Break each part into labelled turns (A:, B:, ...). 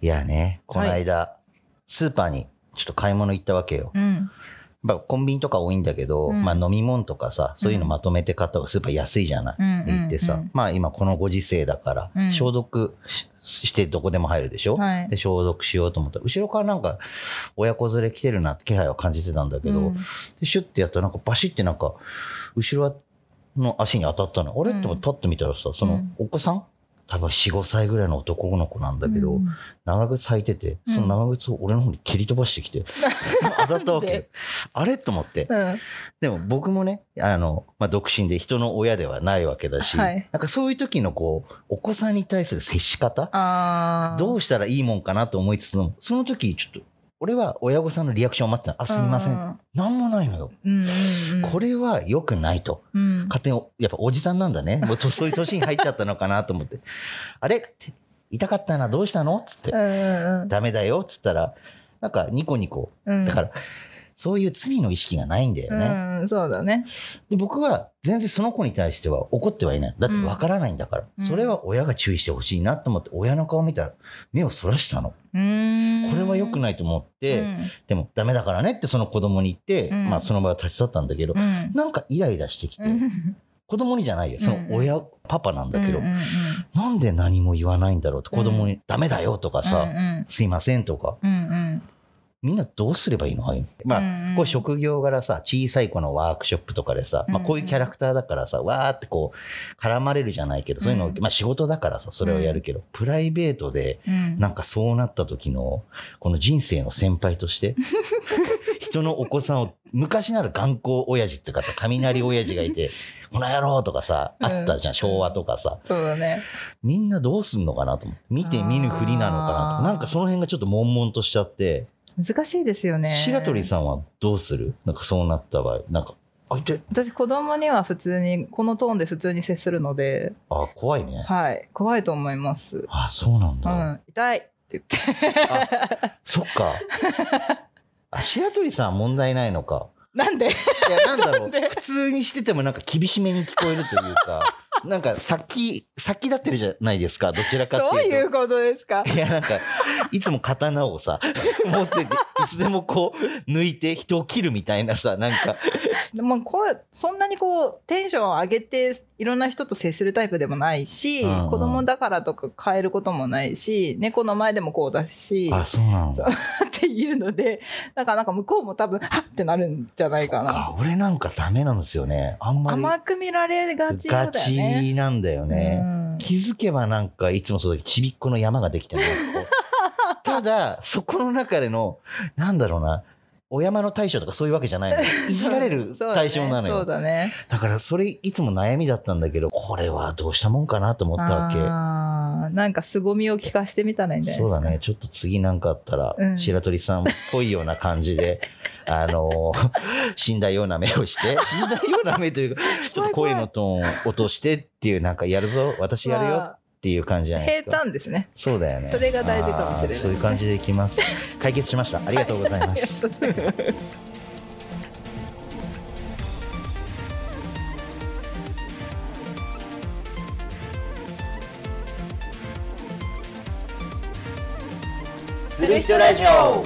A: いやね、この間、スーパーにちょっと買い物行ったわけよ。
B: うん。
A: まあ、コンビニとか多いんだけど、
B: うん
A: まあ飲み物とかさ、そういうのまとめて買った方がスーパー安いじゃない。
B: うん
A: で行って
B: うん
A: さ
B: うん、
A: まあ今このご時世だから、
B: うん
A: 消毒ししてどこでも入るでしょ、
B: はい
A: で消毒しようと思ったら、後ろからなんか親子連れ来てるなって気配は感じてたんだけど、
B: うん
A: でシュッてやったらなんかバシッてなんか、後ろの足に当たったの。あれって思ってパッと見たらさ、そのお子さん多分4、5歳ぐらいの男の子なんだけど、
B: うん
A: 長靴履いてて、その長靴を俺の方に蹴り飛ばしてき て、当たったわけよ。あれと思って。
B: うん。
A: でも僕もね、あの、まあ、独身で人の親ではないわけだし、
B: はい
A: なんかそういう時のこう、お子さんに対する接し方、
B: ああ。
A: どうしたらいいもんかなと思いつつも、その時ちょっと、俺は親御さんのリアクションを待ってたのあ、すいませ
B: うん
A: ん。なんもないのよ。
B: うんうんうん。
A: これは良くないと。
B: うん。
A: 勝手に、やっぱおじさんなんだね。もうとそういう年に入っちゃったのかなと思って。あれ痛かったな、どうしたのつって
B: う。んうんうん。
A: ダメだよっつったら、なんかニコニコ。
B: うん
A: だから、そういう罪の意識がないんだよね。
B: うん、そうだね。
A: で僕は全然その子に対しては怒ってはいない。だってわからないんだから、
B: うん
A: それは親が注意してほしいなと思って、親の顔見たら目をそらしたの。
B: うーん。
A: これは良くないと思って、
B: うん
A: でもダメだからねってその子供に言って、
B: うん
A: まあその場は立ち去ったんだけど、
B: うん。
A: なんかイライラしてきて、
B: うん
A: 子供にじゃないよ。その親、パパなんだけど、
B: うんうんうん
A: なんで何も言わないんだろうと子供に、ダメだよとかさ、
B: うん
A: すいませんとか、
B: うんうん
A: みんなどうすればいいのああいうのまあ、
B: うんうん
A: こう職業柄さ、小さい子のワークショップとかでさ、まあ、こういうキャラクターだからさ、わーってこう、絡まれるじゃないけど、そういうの、
B: うん
A: まあ仕事だからさ、それをやるけど、プライベートで、
B: うん。
A: なんかそうなった時の、この人生の先輩と して、人のお子さんを、昔なら頑固親父っていうかさ、雷親父がいて、 この野郎とかさ、あったじゃん、昭和とかさ、
B: そうだね。
A: みんなどうすんのかなと思って、見て見ぬふりなのかな
B: あ
A: と。
B: ー
A: なんかその辺がちょっと悶々としちゃって、
B: 難しいですよね。
A: 白鳥さんはどうするなんかそうなった場合なんかあ痛い
B: 私子供には普通にこのトーンで普通に接するので、
A: あ怖いね
B: はい、怖いと思います。
A: あそうなん
B: う
A: だ、
B: ん、痛いって言って。
A: そっ かあ白鳥さんは問題ないのか
B: なん
A: い
B: で？
A: やなんだろ
B: な
A: うん
B: で
A: 普通にしててもなんか厳しめに聞こえるという かなんか先先立ってるじゃないですかどちらか
B: ど
A: っ
B: う
A: ていうと
B: いうことですか？
A: いや、なんか、いつも刀を さ、持ってて、いつでもこう、抜いて人を切るみたいなさ、なんか、
B: まあ、こうそんなにこうテンションを上げていろんな人と接するタイプでもないし、
A: うんうん
B: 子供だからとか変えることもないし猫の前でもこうだし
A: あ、
B: っ
A: そうなんだ。
B: ていうのでだからなんか向こうも多分はっってなるんじゃないかな
A: あ俺なんかダメなんですよね。あんまり。
B: 甘く見られがちだ
A: ガ
B: よね。
A: チなんだよ
B: う
A: ね。
B: ん
A: 気づけばなんかいつもそうだけどちびっこの山ができてる。 こうただ、そこの中での、なんだろうな、お山の大将とかそういうわけじゃないの。いじられる
B: そうだね
A: 対象なの
B: そ
A: よ。
B: う
A: だ
B: だね。
A: からそれいつも悩みだったんだけど、これはどうしたもんかなと思ったわ
B: あーなんか凄みを聞かしてみたらいいん
A: け。
B: じゃない
A: そ
B: で
A: う
B: すか。
A: だね。ちょっと次なんかあったら、
B: うん
A: 白鳥さんっぽいような感じ で、あのー死んだような目をして、死んだような目というか、ちょっと声のトーンを落としてっていう、なんかやるぞ、私やるよ
B: まあ
A: っていう感じじゃないですか。
B: 平 坦ですね。
A: そうだよね。
B: それが大事かもしれない
A: あーそういう感じでいきます。 解決しました。ありがとうございま
B: ありが
A: す。
B: とうございます
A: する人ラジオ。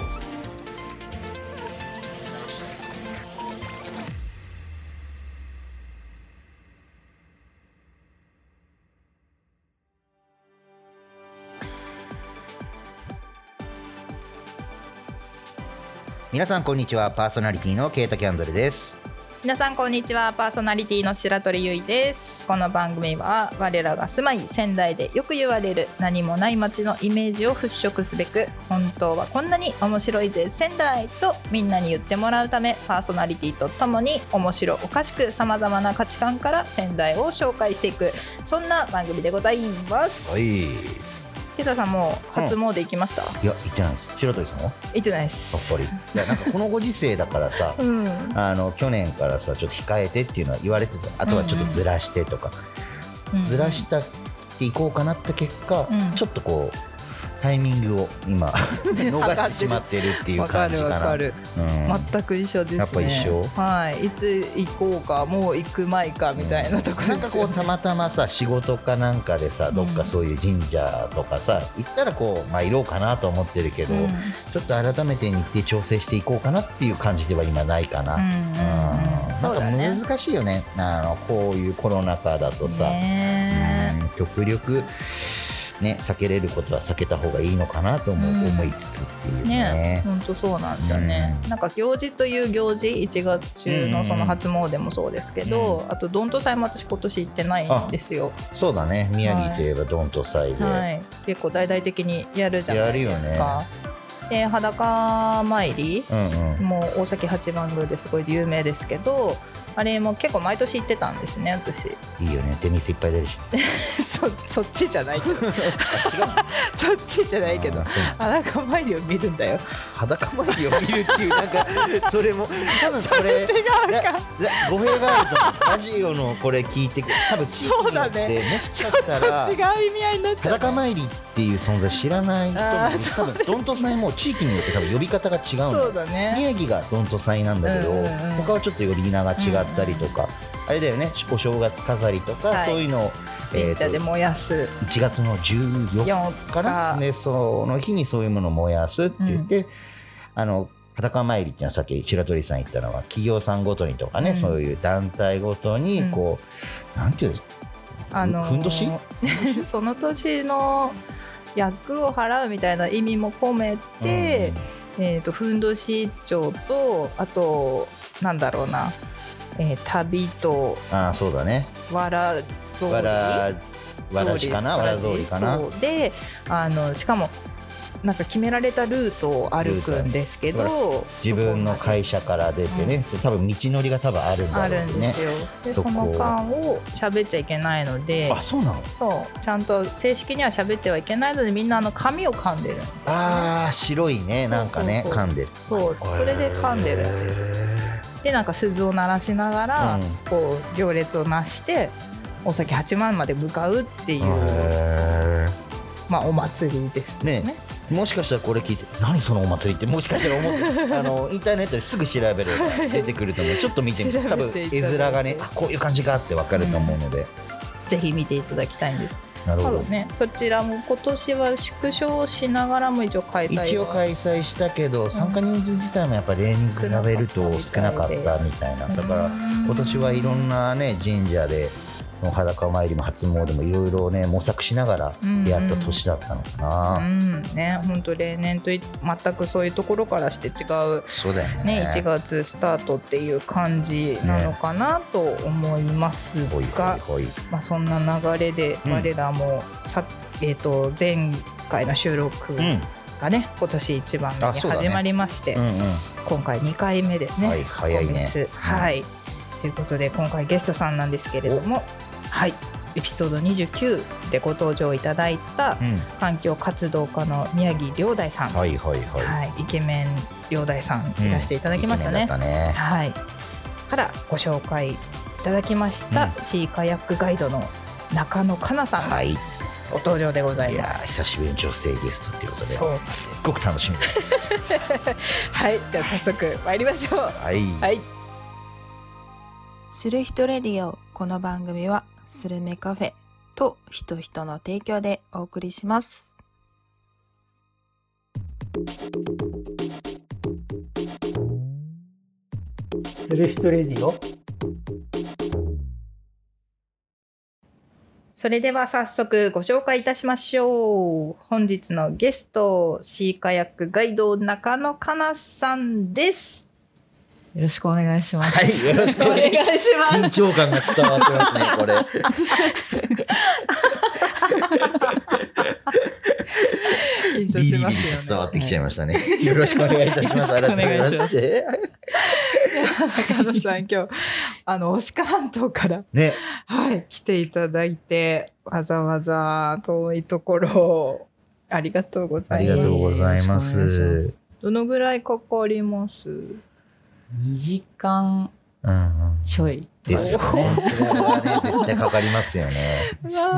A: 皆さんこんにちはパーソナリティのケイタキャンドルです
B: 皆さんこんにちはパーソナリティの白鳥ゆいですこの番組は我らが住まい仙台でよく言われる何もない街のイメージを払拭すべく本当はこんなに面白いぜ仙台とみんなに言ってもらうためパーソナリティとともに面白おかしくさまざまな価値観から仙台を紹介していくそんな番組でございます、
A: はいい
B: ペタさんもう初詣行きました、
A: や言ってないです白鳥さんはやっ
B: 行ってないです
A: ぱり いやなんかこのご時世だから さ
B: うん
A: あの去年からさちょっと控えてっていうのは言われてたあとはちょっとずらしてとか、ずらしてたっていこうかなって結果、
B: うん
A: ちょっとこうタイミングを 今逃してしまってるっていう
B: わか
A: 感じ
B: る
A: か
B: わ
A: な
B: かる、
A: うん
B: 全く一緒ですね
A: やっぱ一緒
B: はいいつ行こうかもう行く前かみたいなところ
A: なんかこうたまたまさ仕事かなんかでさどっかそういう神社とかさ、行ったらこうまあいろうかなと思ってるけど、
B: うん
A: ちょっと改めて日程調整していこうかなっていう感じでは今ないかな、
B: うんうんうん
A: な
B: そ
A: ん
B: う
A: か
B: だね
A: 難しいよねあのこういうコロナ禍だとさ、
B: ね
A: うん極力ね避けれることは避けた方がいいのかなとも
B: うん
A: 思いつつっていう
B: ね
A: ね。
B: 本当そうなんですよね、
A: う
B: なんか行事という行事1月中
A: うん
B: のその初詣もそうですけど、あとどんと祭も私今年行ってないんですよ
A: そうだね宮城といえばドンとサイで、
B: はい、結構大々的にやるじゃないです
A: や
B: か、で裸参り
A: うんうん
B: もう大崎八幡宮ですごい有名ですけどあれも結構毎年行ってたんですね私
A: いいよねテニスいっぱい出るし
B: そ そっちじゃないけど
A: あ違う
B: そっちじゃないけど
A: あそう
B: 裸参りを見るんだよ
A: 裸参りを見るっていうなん かそれも多分これ
B: 違う
A: ら
B: から
A: 語弊があると思うラジオのこれ聞いてく多分地域によ
B: そ
A: っ
B: う
A: て、
B: だ
A: もし
B: ちょ
A: か
B: っ
A: したら
B: と違う意味合いになっちゃう
A: 裸参りっていう存在知らない人
B: あー
A: も多分ドントサイも地域によって多分呼び方が違うの
B: そうだね
A: 宮城がどんと祭なんだけど、
B: うんうんうん
A: 他はちょっと呼び名が違ったりとか、あれだよねお正月飾りとか、
B: はい
A: そういうのを、えー
B: 神
A: と
B: 社で燃やす
A: 1月の14
B: 4
A: 日かな
B: 日
A: でその日にそういうものを燃やすって言って、あの裸参りっていうのはさっき白鳥さん言ったのは企業さんごとにとかね、
B: うん
A: そういう団体ごとにこう、なんていうの
B: あのー
A: ふんどし
B: その年の役を払うみたいな意味も込めて、えー、とふんどし帳とあとなんだろうな、えー旅と
A: うんああそうだね
B: わらぞうり
A: わらわらじかなわらぞうりかな
B: そうであのしかもなんか決められたルートを歩くんですけ
A: ルー
B: ど
A: 自分の会社から出てね、そう多分道のりが多分あるんだ
B: あ
A: ろ
B: る
A: うん
B: で
A: ね
B: すよ、で
A: そ
B: そ
A: こ
B: の間を喋っちゃいけないので
A: あそうなの
B: そうちゃんと正式には喋ってはいけないのでみんなあの紙を噛んでる
A: あー白いねなんかね
B: そうそ
A: 噛
B: うそう
A: んでる
B: そうそれで噛んでるんですでなんか鈴を鳴らしながら、
A: うん
B: こう行列をなして大崎八幡まで向かうっていう、
A: へ
B: まあ、お祭りです
A: ーねもしかしたらこれ聞いて何そのお祭りってもしかしたら思って あのインターネットですぐ調べれば出てくると思うちょっと見てみて
B: 調べ
A: 多
B: て
A: 分
B: いただいて
A: 絵面がねあこういう感じかって分かると思うので、
B: ぜひ見ていただきたいんです
A: なる
B: 多
A: ほど
B: 分ねそちらも今年は縮小しながらも一応開催は
A: 一応開催したけど参加人数自体もやっぱ例に比べると少なかったみたいなだから
B: うん
A: 今年はいろんなね神社でその裸参りも初詣もいろいろね模索しながらやった年だったのかな、
B: うんね本当例年とい全くそういうところからして違う
A: そうだよね
B: ね1月スタートっていう感じなのかなと思います
A: ほい
B: が、
A: ほいほい
B: まあ、そんな流れで
A: うん
B: 我らもさ、えー、と前回の収録
A: うん
B: がね、今年一番目
A: あ
B: に
A: そうだね
B: 始まりまして、
A: うんうん
B: 今回2回目ですね。
A: はい早いね
B: 今月はい、ということで今回ゲストさんなんですけれども、はい、エピソード29でご登場いただいた
A: うん
B: 環境活動家の宮城亮大さん、
A: はいはいはい、
B: はいイケメン亮大さんいらしていただきましたね。
A: イケメンだったね
B: はい、からご紹介いただきました、
A: う
B: シーカヤックガイドの中野かなさんが
A: はいい
B: ご登場でござい
A: や
B: ま
A: ー
B: す。
A: 久しぶりに女性ゲストっていうことで
B: そう
A: すっごく楽しみです
B: はい、じゃあ早速参りましょう。
A: はい、
B: はい、
C: する人レディオこの番組はスルメカフェと人人の提供でお送りします
D: する人レディオ
B: それでは早速ご紹介いたしましょう。本日のゲスト、シーカヤックガイド中野かなさんです。
E: よろしくお願いします。
A: はい、よろしくお願いします。緊張感が伝わってますね、これ。
B: 緊
A: ビリビリと伝わってきちゃいましたね。よろしくお願いいたします。
B: よろしく
A: 改
B: お願
A: め
B: いし
A: ま
B: ます
A: して。
B: 中野さん、今日、あの、押川半島から、
A: ね、
B: はい、来ていただいて、わざわざ遠いところを、ありがとうござ
A: あり
B: い
A: が
B: ま
A: とう
B: す。
A: ございま。
E: よろしくお願いします
B: どのぐらいかかります
E: 2時間
A: うんうん
E: ちょい。
A: ですよね。これはね、絶対かかりますよね。
E: ですね。
B: わ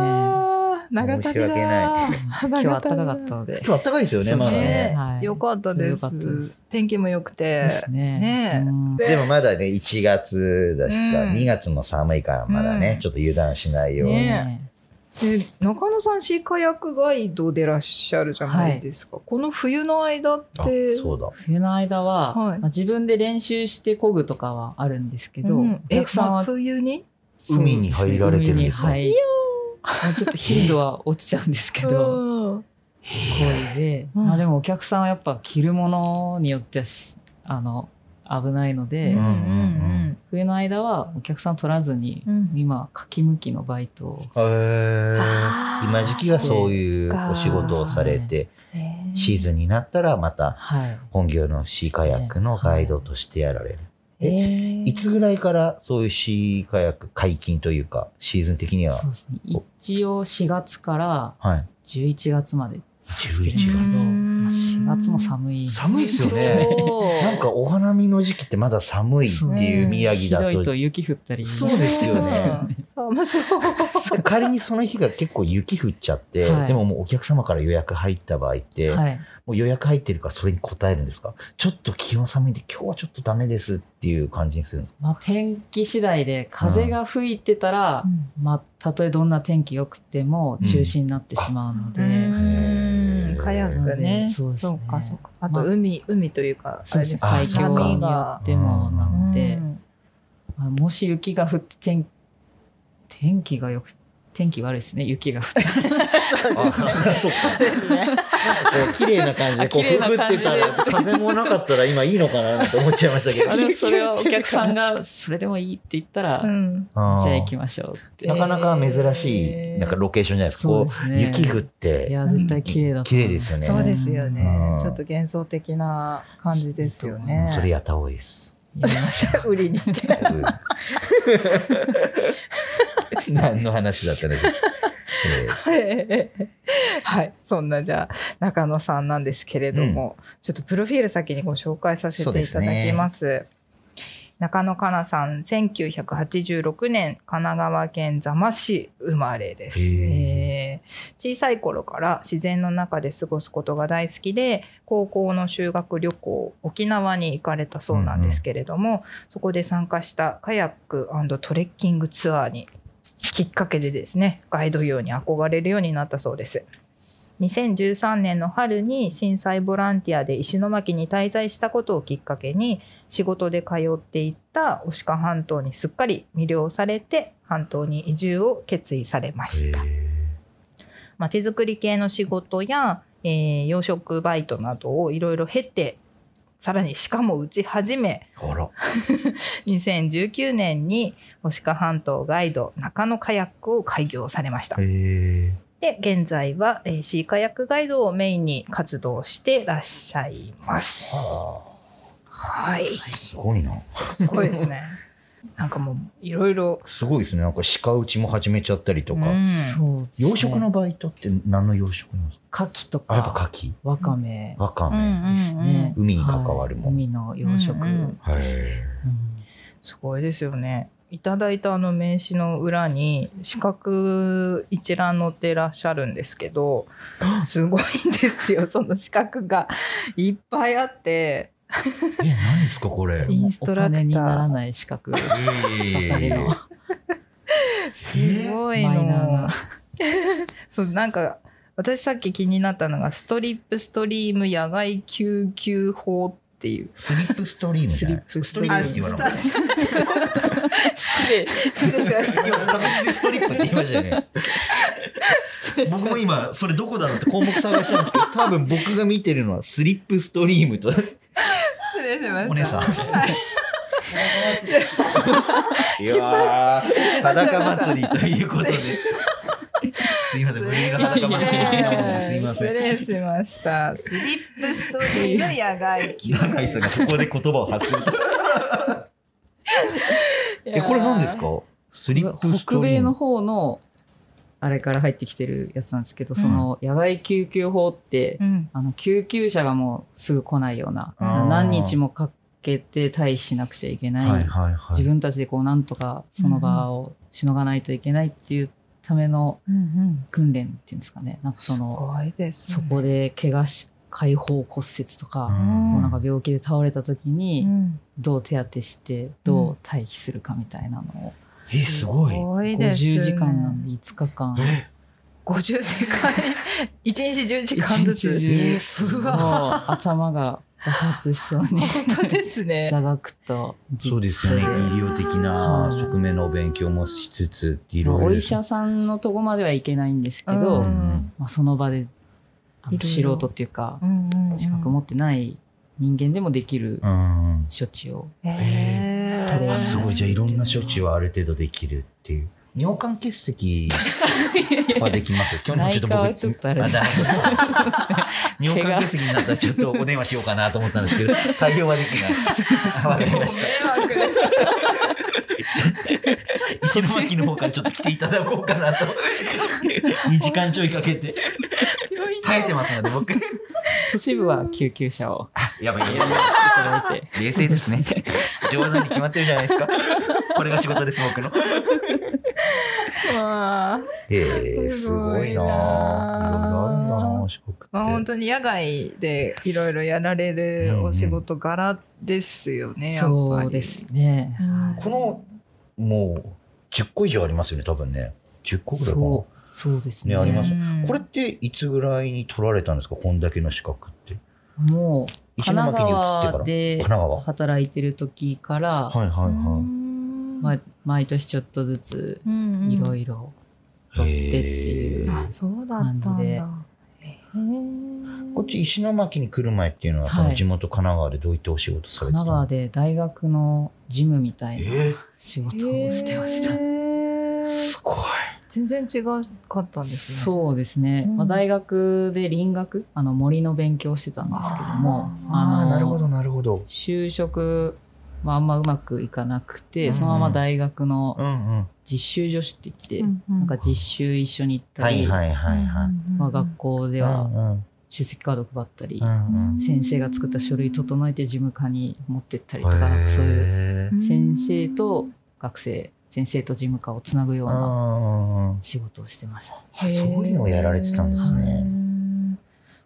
B: あ長旅だ
A: 申し訳な
E: 今
B: 今
E: 日は暖かかったので。
A: 今日あったかいですよね、
E: そう
A: ま
E: です
A: だ
E: ね
A: ね。
E: はい
B: よかったです
E: よかったです
B: 天気も良くて
E: ですね。
B: ねえ
E: うん
B: で
A: でもまだね、1月だしさ、
B: うん
A: 2月も寒いからまだね、
B: うん
A: ちょっと油断しないように。
B: ね
E: ね
B: で中野さんシーカヤックガイドでらっしゃるじゃないですか、この冬の間っ
A: あ
B: て、
A: そうだ。
E: 冬の間は、
B: はい
E: まあ、自分で練習して漕ぐとかはあるんですけど、
B: うん
E: お
B: え
E: 客さん
B: ま
E: は
B: あ冬に
E: そうですね
A: 海に入られてるんですか
E: 海 に入まあちょっと頻度は落ちちゃうんですけど、
B: うん
E: 行為で、
B: うん
E: まあでもお客さんはやっぱ着るものによってはし、あの、危ないの
B: う
E: で、
B: んうん
E: 冬の間はお客さん取らずに、
B: うんうん
E: 今、柿むきのバイトを。
A: へー
B: あー
A: 今時期はそういうお仕事をされて、
B: えー
A: シーズンになったらまた
E: はい。
A: 本業のシーカヤックのガイドとしてやられる。え
B: ー
A: いつぐらいからそういうシーカヤック解禁というか、シーズン的には。
E: そうですね。一応4月から
A: はい。
E: 11月までしてるんですけ
A: 11
E: ど、
B: う
E: ま
B: ん
E: あ4月も寒い。
A: 月。寒いですよね。
B: そう
A: なんかお花見の時期ってまだ寒いっていう宮城だ
E: ひどい
A: と
E: と。雪降ったり。
A: そうですよね。
B: うん寒そう。
A: 仮にその日が結構雪降っちゃって、
E: はい
A: でももうお客様から予約入った場合って、
E: はい。
A: もう予約入ってるからそれに応えるんですかちょっと気温寒いんで今日はちょっとダメですっていう感じにするんですか
E: まあ、天気次第で風が吹いてたら、まあ、たとえどんな天気良くても中止になってしまうので、
B: うんカヤックね。
E: そうですね
B: そうかそうか。あ
E: ま
B: と
E: あ
B: 海、海というか、
E: そうですね
A: あ
E: 最強
A: そうか
E: によってもな
B: あれ
E: の
B: で、
E: です
B: ね
E: まあもし雪が降って天天気がよく天気悪いですね雪が降って
A: あそうか。なんかこう綺麗な感じでこう
E: あ綺麗
A: ふぶ
E: な
A: って
E: 感じで
A: たら風もなかったら今いいのかなって思っちゃいましたけ ど
E: あ。でもそれはお客さんがそれでもいいって言ったら、
B: うん。うん
E: じゃあ
A: あ
E: 行きましょうって
A: ーなかなか珍しいなんかロケーションじゃないですか。こ
E: そう
A: う
E: ですね
A: 雪降っ
E: い
A: て
E: や絶対綺麗だった
A: 綺麗ですよね。
B: そうですよね
A: う。ん
B: ちょっと幻想的な感じですよね。
A: それやった方がいいです。
E: やりまし ょう
B: 売りに行って。
A: うん何の話だったんですか、えー
B: はい。そんな、じゃあ、中野さんなんですけれども、ちょっとプロフィール先にご紹介させていただきます。中野かなさん、1986年、神奈川県座間市生まれです。
A: へ
B: えー小さい頃から自然の中で過ごすことが大好きで、高校の修学旅行、沖縄に行かれたそうなんですけれども、そこで参加したカヤックトレッキングツアーにきっかけでですねガイド業に憧れるようになったそうです2013年の春に震災ボランティアで石巻に滞在したことをきっかけに仕事で通っていった牡鹿半島にすっかり魅了されて半島に移住を決意されましたまちづくり系の仕事や、えー養殖バイトなどをいろいろ経てさらにしかも打ち始め
A: あら、
B: 2019年に牡鹿半島ガイド中野カヤックを開業されました。
A: え
B: で現在は、えーシーカヤックガイドをメインに活動してらっしゃいます。はい、
A: すごいな。
B: すごいですね。なんかもういろいろ。
A: すごいですね。なんか鹿打ちも始めちゃったりとか。
B: うん
E: そうですね
A: 養殖のバイトって何の養殖なんですか
E: 牡蠣と
A: あ、やっぱ
E: か
A: 牡蠣、
E: わかめ
A: わか
B: うん
A: め。
B: うんうん
E: ですね、
A: うん海に関わるもん
E: はい海の養殖、
B: うんうん
A: へー
E: うん
B: すごいですよね。いただいたあの名刺の裏に四角一覧載ってらっしゃるんですけど、すごいんですよ。その四角がいっぱいあっ
A: え、
B: て、
A: 何ですかこれ。
B: インストラクター
E: お金にならない資格ばかりの
B: すごいの。
E: マイナーな
B: そうなんか私さっき気になったのがストリップストリーム野外救急法っていう。
A: スリップストリームじゃない。
E: スリップ
A: ス
E: スト
A: ト
E: リ
A: リ
E: ーム
A: ームって
E: あ
A: 言わなかった。
B: 失礼。
A: 今確実にストリップって言いましたよね。 僕も今それどこだろうって項目探したんですけど 多分僕が見てるのはスリップストリームと
B: 失礼しました。
A: お姉さん。いやー裸祭りということで。すいません、ブリーの裸祭り的なものですいません。
B: 失礼しました。スリップストリーム野外救
A: 中井さんがここで言葉を発すると。え、これ何ですかスリップス
E: 北
A: トリ
E: 米
A: ー
E: の
A: ム。
E: 方のあれから入ってきてるやつなんですけど、その野外救急法って、
B: うん。
E: あの救急車がもうすぐ来ないような
A: あー
E: 何日もかけて退避しなくちゃいけない、
A: はいは
E: 自分たちでこうなんとかその場をしのがないといけないっていうための
B: うんうん
E: 訓練っていうんですかねなんかそ
B: す
E: の
B: ごいです、ね、
E: そこで怪我し解放骨折とか、
B: ん
E: もうなんか病気で倒れた時
B: う
E: に
B: ん
E: どう手当てしてどう待機するかみたいなのを
A: えすごい
B: すごいです、ね、
E: 50時間なんで5日間
A: え
B: 50時間 一日10時間ず
E: 一日
B: つ
E: 中
A: えーす
E: も
A: ごいう
E: 頭が爆発しそう に
B: 本当ですね
E: 座学と実
A: そうですよね医
E: 習
A: 療的な側面のお勉強もしつついろいろ
E: お
A: で
E: 医
A: すね
E: 者さんのとこまではいけないんですけど、
B: うん
E: まあ、その場であ
B: い
E: の
B: ろ
E: 素
B: いろ
E: 人っていうか
B: うんうんうん
E: 資格持ってない人間でもできる
A: うんうん
E: 処置を
B: へー
E: えー
A: あすごいじゃあいろんな処置はある程度できるっていう尿管結 石はできます去年ちょっと
E: 内科
A: 僕
E: はちょっとあれ
A: だ 尿管結石になったらちょっとお電話しようかなと思ったんですけど対応はできないあわかりま した
B: 迷惑です
A: 石巻の方からちょっと来ていただこうかなと2時間ちょいかけ て
B: 病院
A: 耐えてますので僕
E: 都市部は救急車 を
A: やばいやばい
E: いただいて
A: 冷静 ですね冗談に決まってるじゃないですかこれが仕事です僕の
B: まあ
A: えー、す
B: す
A: ご
B: ご
A: い
B: い
A: な
B: な
A: あいろいろあるんだなあ四国って、
B: まあ本当に野外でいろいろやられるお仕事柄ですよね、やっぱり
E: そうですね、
B: うん
A: このもう10個以上ありますよね多分ね10個ぐらいかな
E: そうそうですね
A: ねあります
B: うん
A: これっていつぐらいに取られたんですかこんだけの資格って
E: もう
A: 石
E: 神
A: 巻に移
E: 奈
A: ってから神
E: 川で
A: 奈川は
E: 働いてる時から、
A: いはいは
E: まあ、毎年ちょっとずつ
B: うん
E: い
B: い
E: ろ
B: い
E: いろ取ってっていう、
A: へー
B: あそうだったんだ
E: 感じで
A: いこっち石巻に来る前っていうのはそ
E: は
A: の
E: い
A: 地元神奈川でどういったお仕事され
E: 神
A: てた
E: 奈川
A: の
E: で大学の事務みたいな
A: え
E: 仕事をしてました、
A: ー、すごい
B: 全然違かったんですね
E: そうですね、
B: うん
E: まあ、大学で林学あの森の勉強をしてたんですけども
A: あ
E: の
A: あなるほどなるほど
E: 就職はあんまうまくいかなくて、
A: うん
E: そのまま大学の
A: うんうん
E: 実習助手って言
B: う
E: って、
B: んうん
E: なんか実習一緒に行った
A: は
E: り、
A: いはいはいはい
E: まあ、学校で
A: う
E: は
A: んうん
E: 出席カード配ったり、
A: うんうん
E: 先生が作った書類整えて事務課に持ってったりとかなんかそういう
A: へー
E: 先生と学生先生と事務課をつなぐよう
A: う
E: なん
A: うんうん
E: 仕事をしてました。
A: あそういうのをやられてたんですね
B: ね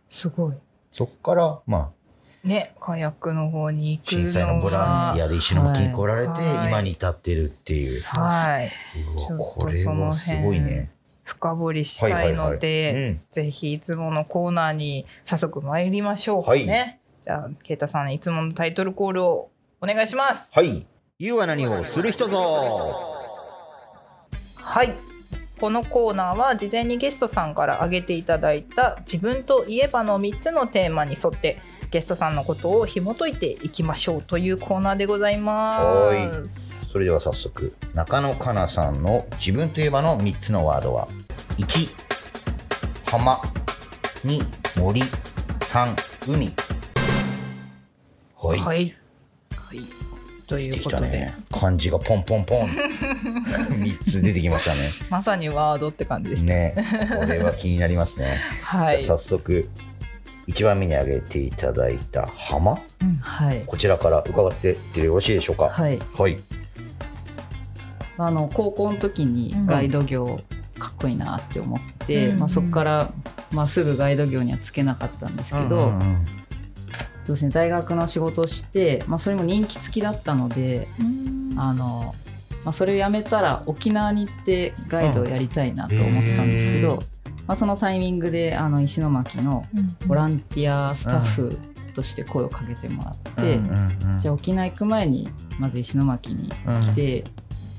B: すごい
A: そっからまあ
B: ね火薬の方に行く
A: 震災のボ
B: の
A: ラン
B: が
A: ティアで石巻に来られて
B: はい
A: 今に至ってるっていう
B: はい、
A: うわ
B: ちょっと
A: これはすごいね
B: 深掘りしたいので、
A: うん
B: ぜひいつものコーナーに早速参りましょうかね。
A: は
B: じゃあ、ケイタさん、いつものタイトルコールをお願いします。
A: はい「言うは何をする人ぞ
B: はい。このコーナーは事前にゲストさんから挙げていただいた自分といえばの3つのテーマに沿ってゲストさんのことを紐解いていきましょうというコーナーでございます。」
A: それでは早速中野かなさんの自分といえばの3つのワードは1浜2森3海はい、
B: はい。はい。とい
A: 出て
B: う
A: き
B: こ
A: た
B: とで、
A: ね漢字がポンポン ポン3つ出てきましたね
B: まさにワードって感じでした。
A: ね、これは気になりますね。
B: はい
A: じゃ。あ早速一番目に挙げていただいた浜
E: はい、
A: こちらから伺ってってよろしいでしょうか。い。
E: はい、
A: はい。
E: あの高校の時にガイド業かっこいいなって思って、
B: うん
E: まあ、そこから、まあ、すぐガイド業にはつけなかったんですけど、そうですね、大学の仕事をして、まあ、それも人気付きだったのであの、まあ、それを辞めたら沖縄に行ってガイドをやりたいなと思ってたんですけ
A: う
E: ど、
A: ん
E: まあ、そのタイミングであの石巻のボランティアスタッフとして声をかけてもらって、じゃあ沖縄行く前にまず石巻に来て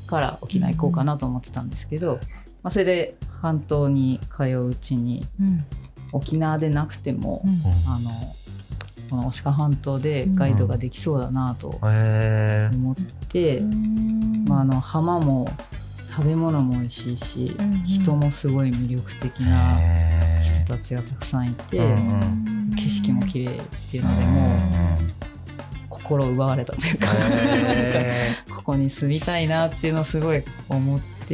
E: から沖縄行こうかなと思ってたんですけど、まあ、それで半島に通ううちに沖縄でなくても、あのこの牡鹿半島でガイドができそうだなと
A: へ
E: 思って、まあ、あの浜も食べ物も美味しいし、人もすごい魅力的な
A: え
E: 人たちがたくさんいて、景色も綺麗っていうので、もう
A: う
E: 心奪われたというか、なんか ここに住みたいなっていうのをすごい思って。
A: へ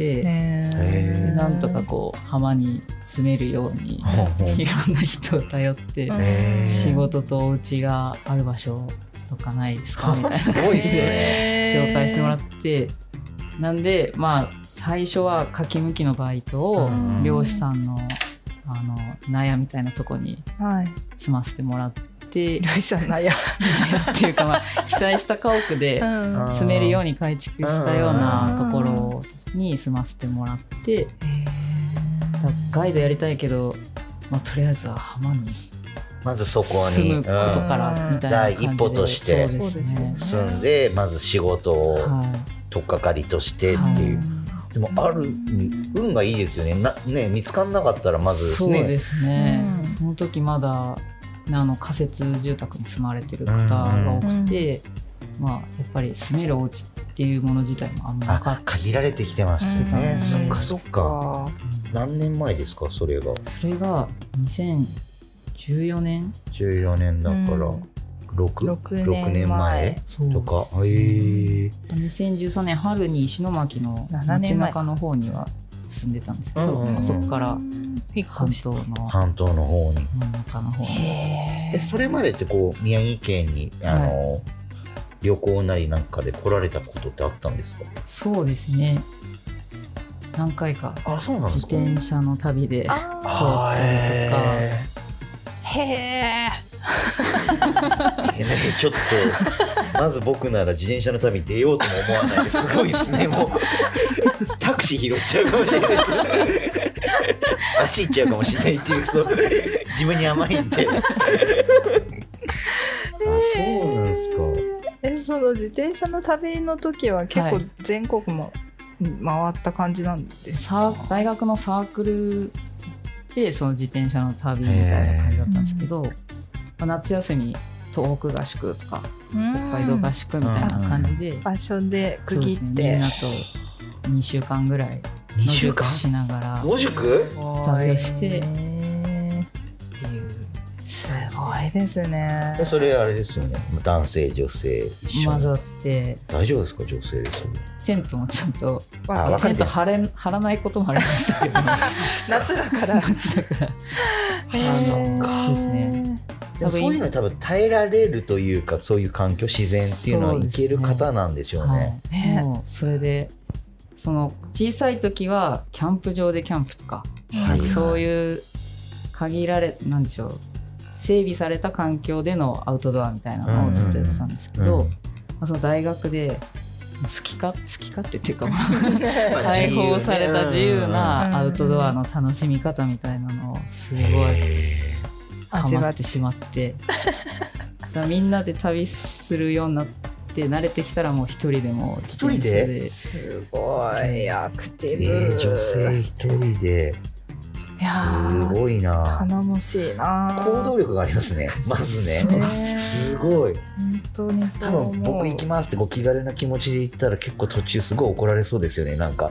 E: で
A: ー
E: なんとかこう浜に住めるように
A: ほうほう
E: いろんな人を頼って
A: へー
E: 仕事とお家がある場所とかないですかみたいな
A: すごいっすね
E: 紹介してもらってなんでまあ最初はかきむきのバイトを
A: うん
E: 漁師さんのあの納屋みたいなとこに
B: はい。
E: 住ませてもらっ
B: ル
E: て
B: イさんなや。
E: 納屋っていうか、まあ、被災した家屋 で
B: うん。
E: 住めるように改築したような
B: う
E: と
B: ん
E: ころに住ませてもらってだからガイドやりたいけど、まあ、とりあえずは浜に
A: まずそこ
E: 住
A: に
E: むことからみたいな感じで
A: 第一歩として
E: そうですね
B: そ
A: 住んでまず仕事を
E: は
A: 取っかかりとして
E: い
A: っていう、
E: は
A: でもある意味運がいいですよねなね見つかんなかったらまずです
E: そうで
A: ね
E: すね、
B: うん
E: その時まだねあの仮設住宅に住まれてる方が多くて、まあやっぱり住めるお家っていうもの自体もあんまなか
A: あ
E: っ
A: 限られてきてますよね、
B: うん
A: そっかそっか
B: か。
A: 何年前ですかそれが
E: たそれが2014年
A: 14年だから、
B: うん
A: 六
B: 六
A: 六
B: 年
A: 年
B: 前
A: 前
E: そう
A: とかへえ
E: 2013年春に石巻の
B: 7
E: 街
B: 年前
E: 中の方には住んでたんですけど、
A: うんうんうん
E: そこから
B: 引っ
E: 半
B: 越し
E: 島の真
A: 半島の方に
E: ん中の方に
A: えそれまでってこう宮城県にあの、旅行なりなんかで来られたことってあったんですか
E: そうですね何回か
A: あそうなん
E: 自転車の旅で
B: あ
A: あーえ
B: へえ。
A: ーえーちょっとまず僕なら自転車の旅出ようとも思わないですごいですねもうタクシー拾っちゃうかもしれない足いっちゃうかもしれないっていうそう自分に甘いんであそうなんですか
B: えその自転車の旅の時は結構
E: はい
B: 全国も回った感じなんです
E: サー大学のサークルでその自転車の旅みたいな感じだったんですけど、まあ夏休み東北合宿とか北海道合宿みたいな感じで、
B: 場所で区
E: そうで
B: 切
E: す
B: っ
E: ねみ
B: て
E: んなと2週間ぐらい
A: 2
E: 野
A: 週
E: 宿
A: 間
E: しながらっ
A: 野宿
E: 旅をして
B: へー
E: ていう
B: すごいですね
A: それあれですよね男性女性一緒
E: 混
A: に
E: ざって
A: 大丈夫ですか女性ですよね
E: テントもちゃんと
A: あ分か
E: テ
A: れ
E: ン
A: て
E: ト
A: る
E: 張れ張らないこともありまし たけど
B: 夏だ から
E: 夏だから
A: そうか
E: そうですね
A: でもそういうのに多分耐えられるというかそういう環境自然っていうのはいける方なんでしょうね。
E: はいもうそれでその小さい時はキャンプ場でキャンプとか、
A: はい
E: そういう限られなんでしょう整備された環境でのアウトドアみたいなのをずっとやってたんですけど、
A: うん
E: まあその大学で好きか好きかってっていうかま
A: ま
E: あ
A: あ
E: 解
A: 自由
E: 放
A: ね
E: された自由
B: うん
E: なアウトドアの楽しみ方みたいなのをすごい
A: へ
E: ハマってしまってだからみんなで旅するようになって慣れてきたらもう一人でも一
A: 人です
B: ごいアクテ
A: え
B: ィブ、
A: ー女性一人で
B: いや
A: す
B: ー
A: ごいな
B: 頼もしいな
A: 行動力がありますねまず
B: そう
A: ねすごい
B: 本当にそ
A: 多
B: う思う
A: 分僕行きますってこう気軽な気持ちで行ったら結構途中すごい怒られそうですよねなんか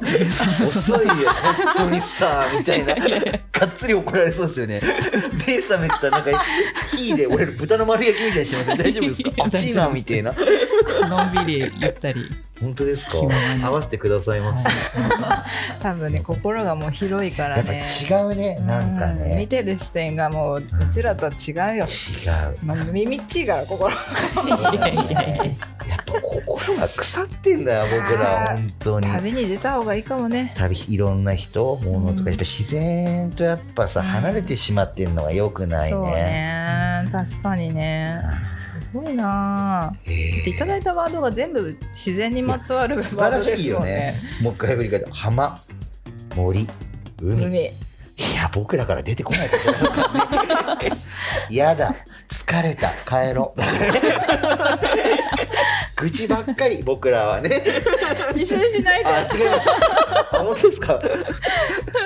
A: 遅いよ本当にさみたいながっつり怒られそうですよね目覚めたらなんか火で俺豚の丸焼きみたいにしてません大丈夫ですかあっちいなみたいな
E: のんびりゆったり
A: 本当ですか
E: 暇ね
A: 合わせてくださいます、
B: 多分ね心がもう広いから
A: やっぱ
B: ね
A: 違うねなんか
B: うん見
A: ね
B: てる視点がもううちらとは違うよ、
A: 違う
B: まあ、耳違う心
E: いやいやいや
A: やっぱ心が腐ってんだよ僕ら
B: あー
A: 本当に
B: 旅に出た方がいいかもね
A: 旅いろんな人物と
B: うん
A: かやっぱ自然とやっぱさ
B: うん
A: 離れてしまってんのが良くない
B: そう
A: ね。
B: ね確かにねすごいな
A: へー
B: いただいたワードが全部自然にまつわるワ
A: 素晴
B: ード
A: ら
B: で
A: しい
B: す
A: よ
B: もん
A: ね
B: ね。
A: もう一回振り返って浜森海い
B: 海
A: や僕らから出てこないことだからねやだ疲れた帰ろ う愚痴ばっかり僕らはね
B: 一緒に しないと
A: あ、違います。あ、本当ですか。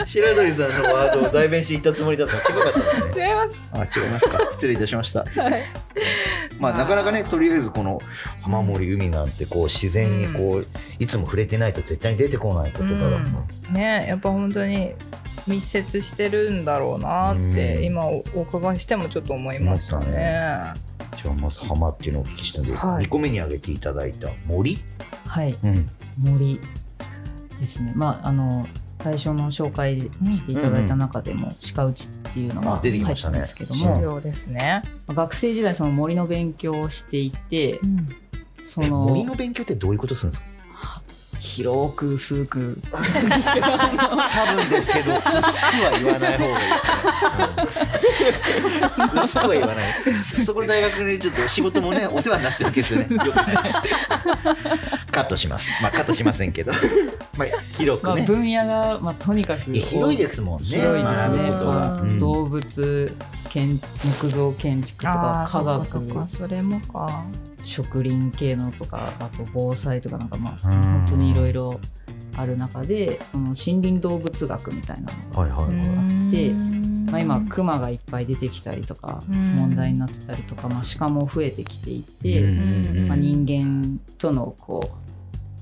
A: 白鳥さんのワードを代弁していったつもりだった。違かったですね。
B: 違います
A: あ、違いますか。 失礼いたしました。まあ、なかなかね、とりあえずこの浜森海なんて、こう自然にこう、いつも触れてないと絶対に出てこないことだろうな。
B: ねやっぱ本当に密接してるんだろうなって、
A: うん
B: 今おお伺いしてもちょっと思いました
A: 思った
B: ね
A: じゃあ、まず浜っていうのをお聞きしたんで、
B: はい
A: 二個目に挙げていただいた森。
E: はい
A: うん。
E: 森ですねまああの最初の紹介していただいた中でも鹿打ちっていうの
A: あ
E: が
A: 出て
E: 入
A: き
E: っ
A: ました
E: たん
A: ね
E: ですけど
A: う
E: も、
A: ん
B: 重要ですね、
E: 学生時代その森の勉強をしていてそ
A: え
E: の
A: 森の勉強ってどういうことするんですか。
E: 広く薄く
A: 多分です けど、薄くは言わない方がいいですね。うん、薄くは言わない。そこの大学でちょっと仕事もね、お世話になってるわけですよ ね。よくないですカットします。まあ、カットしませんけど。まあ、広
E: ま
A: く
E: あ、
A: ね。
E: 分野が、まあ、とにかく
A: いや広いですもんね。
E: 広いです
A: 学
E: ね、
A: ぶことは
E: まあ
A: うん
E: 動物建木造建築とか科
B: あーそっかそっか
E: 学
B: それもか
E: 植林系のとかあと防災とかなんかまあ
A: うん
E: 本当にいろいろある中でその森林動物学みたいなのが、
A: はいはいはい。
E: でま
B: ま
E: あ、今クマがいっぱい出てきたりとか
B: うん
E: 問題になってたりとか、まあ、鹿も増えてきていて、
A: うんうん
E: まあ、人間とのこう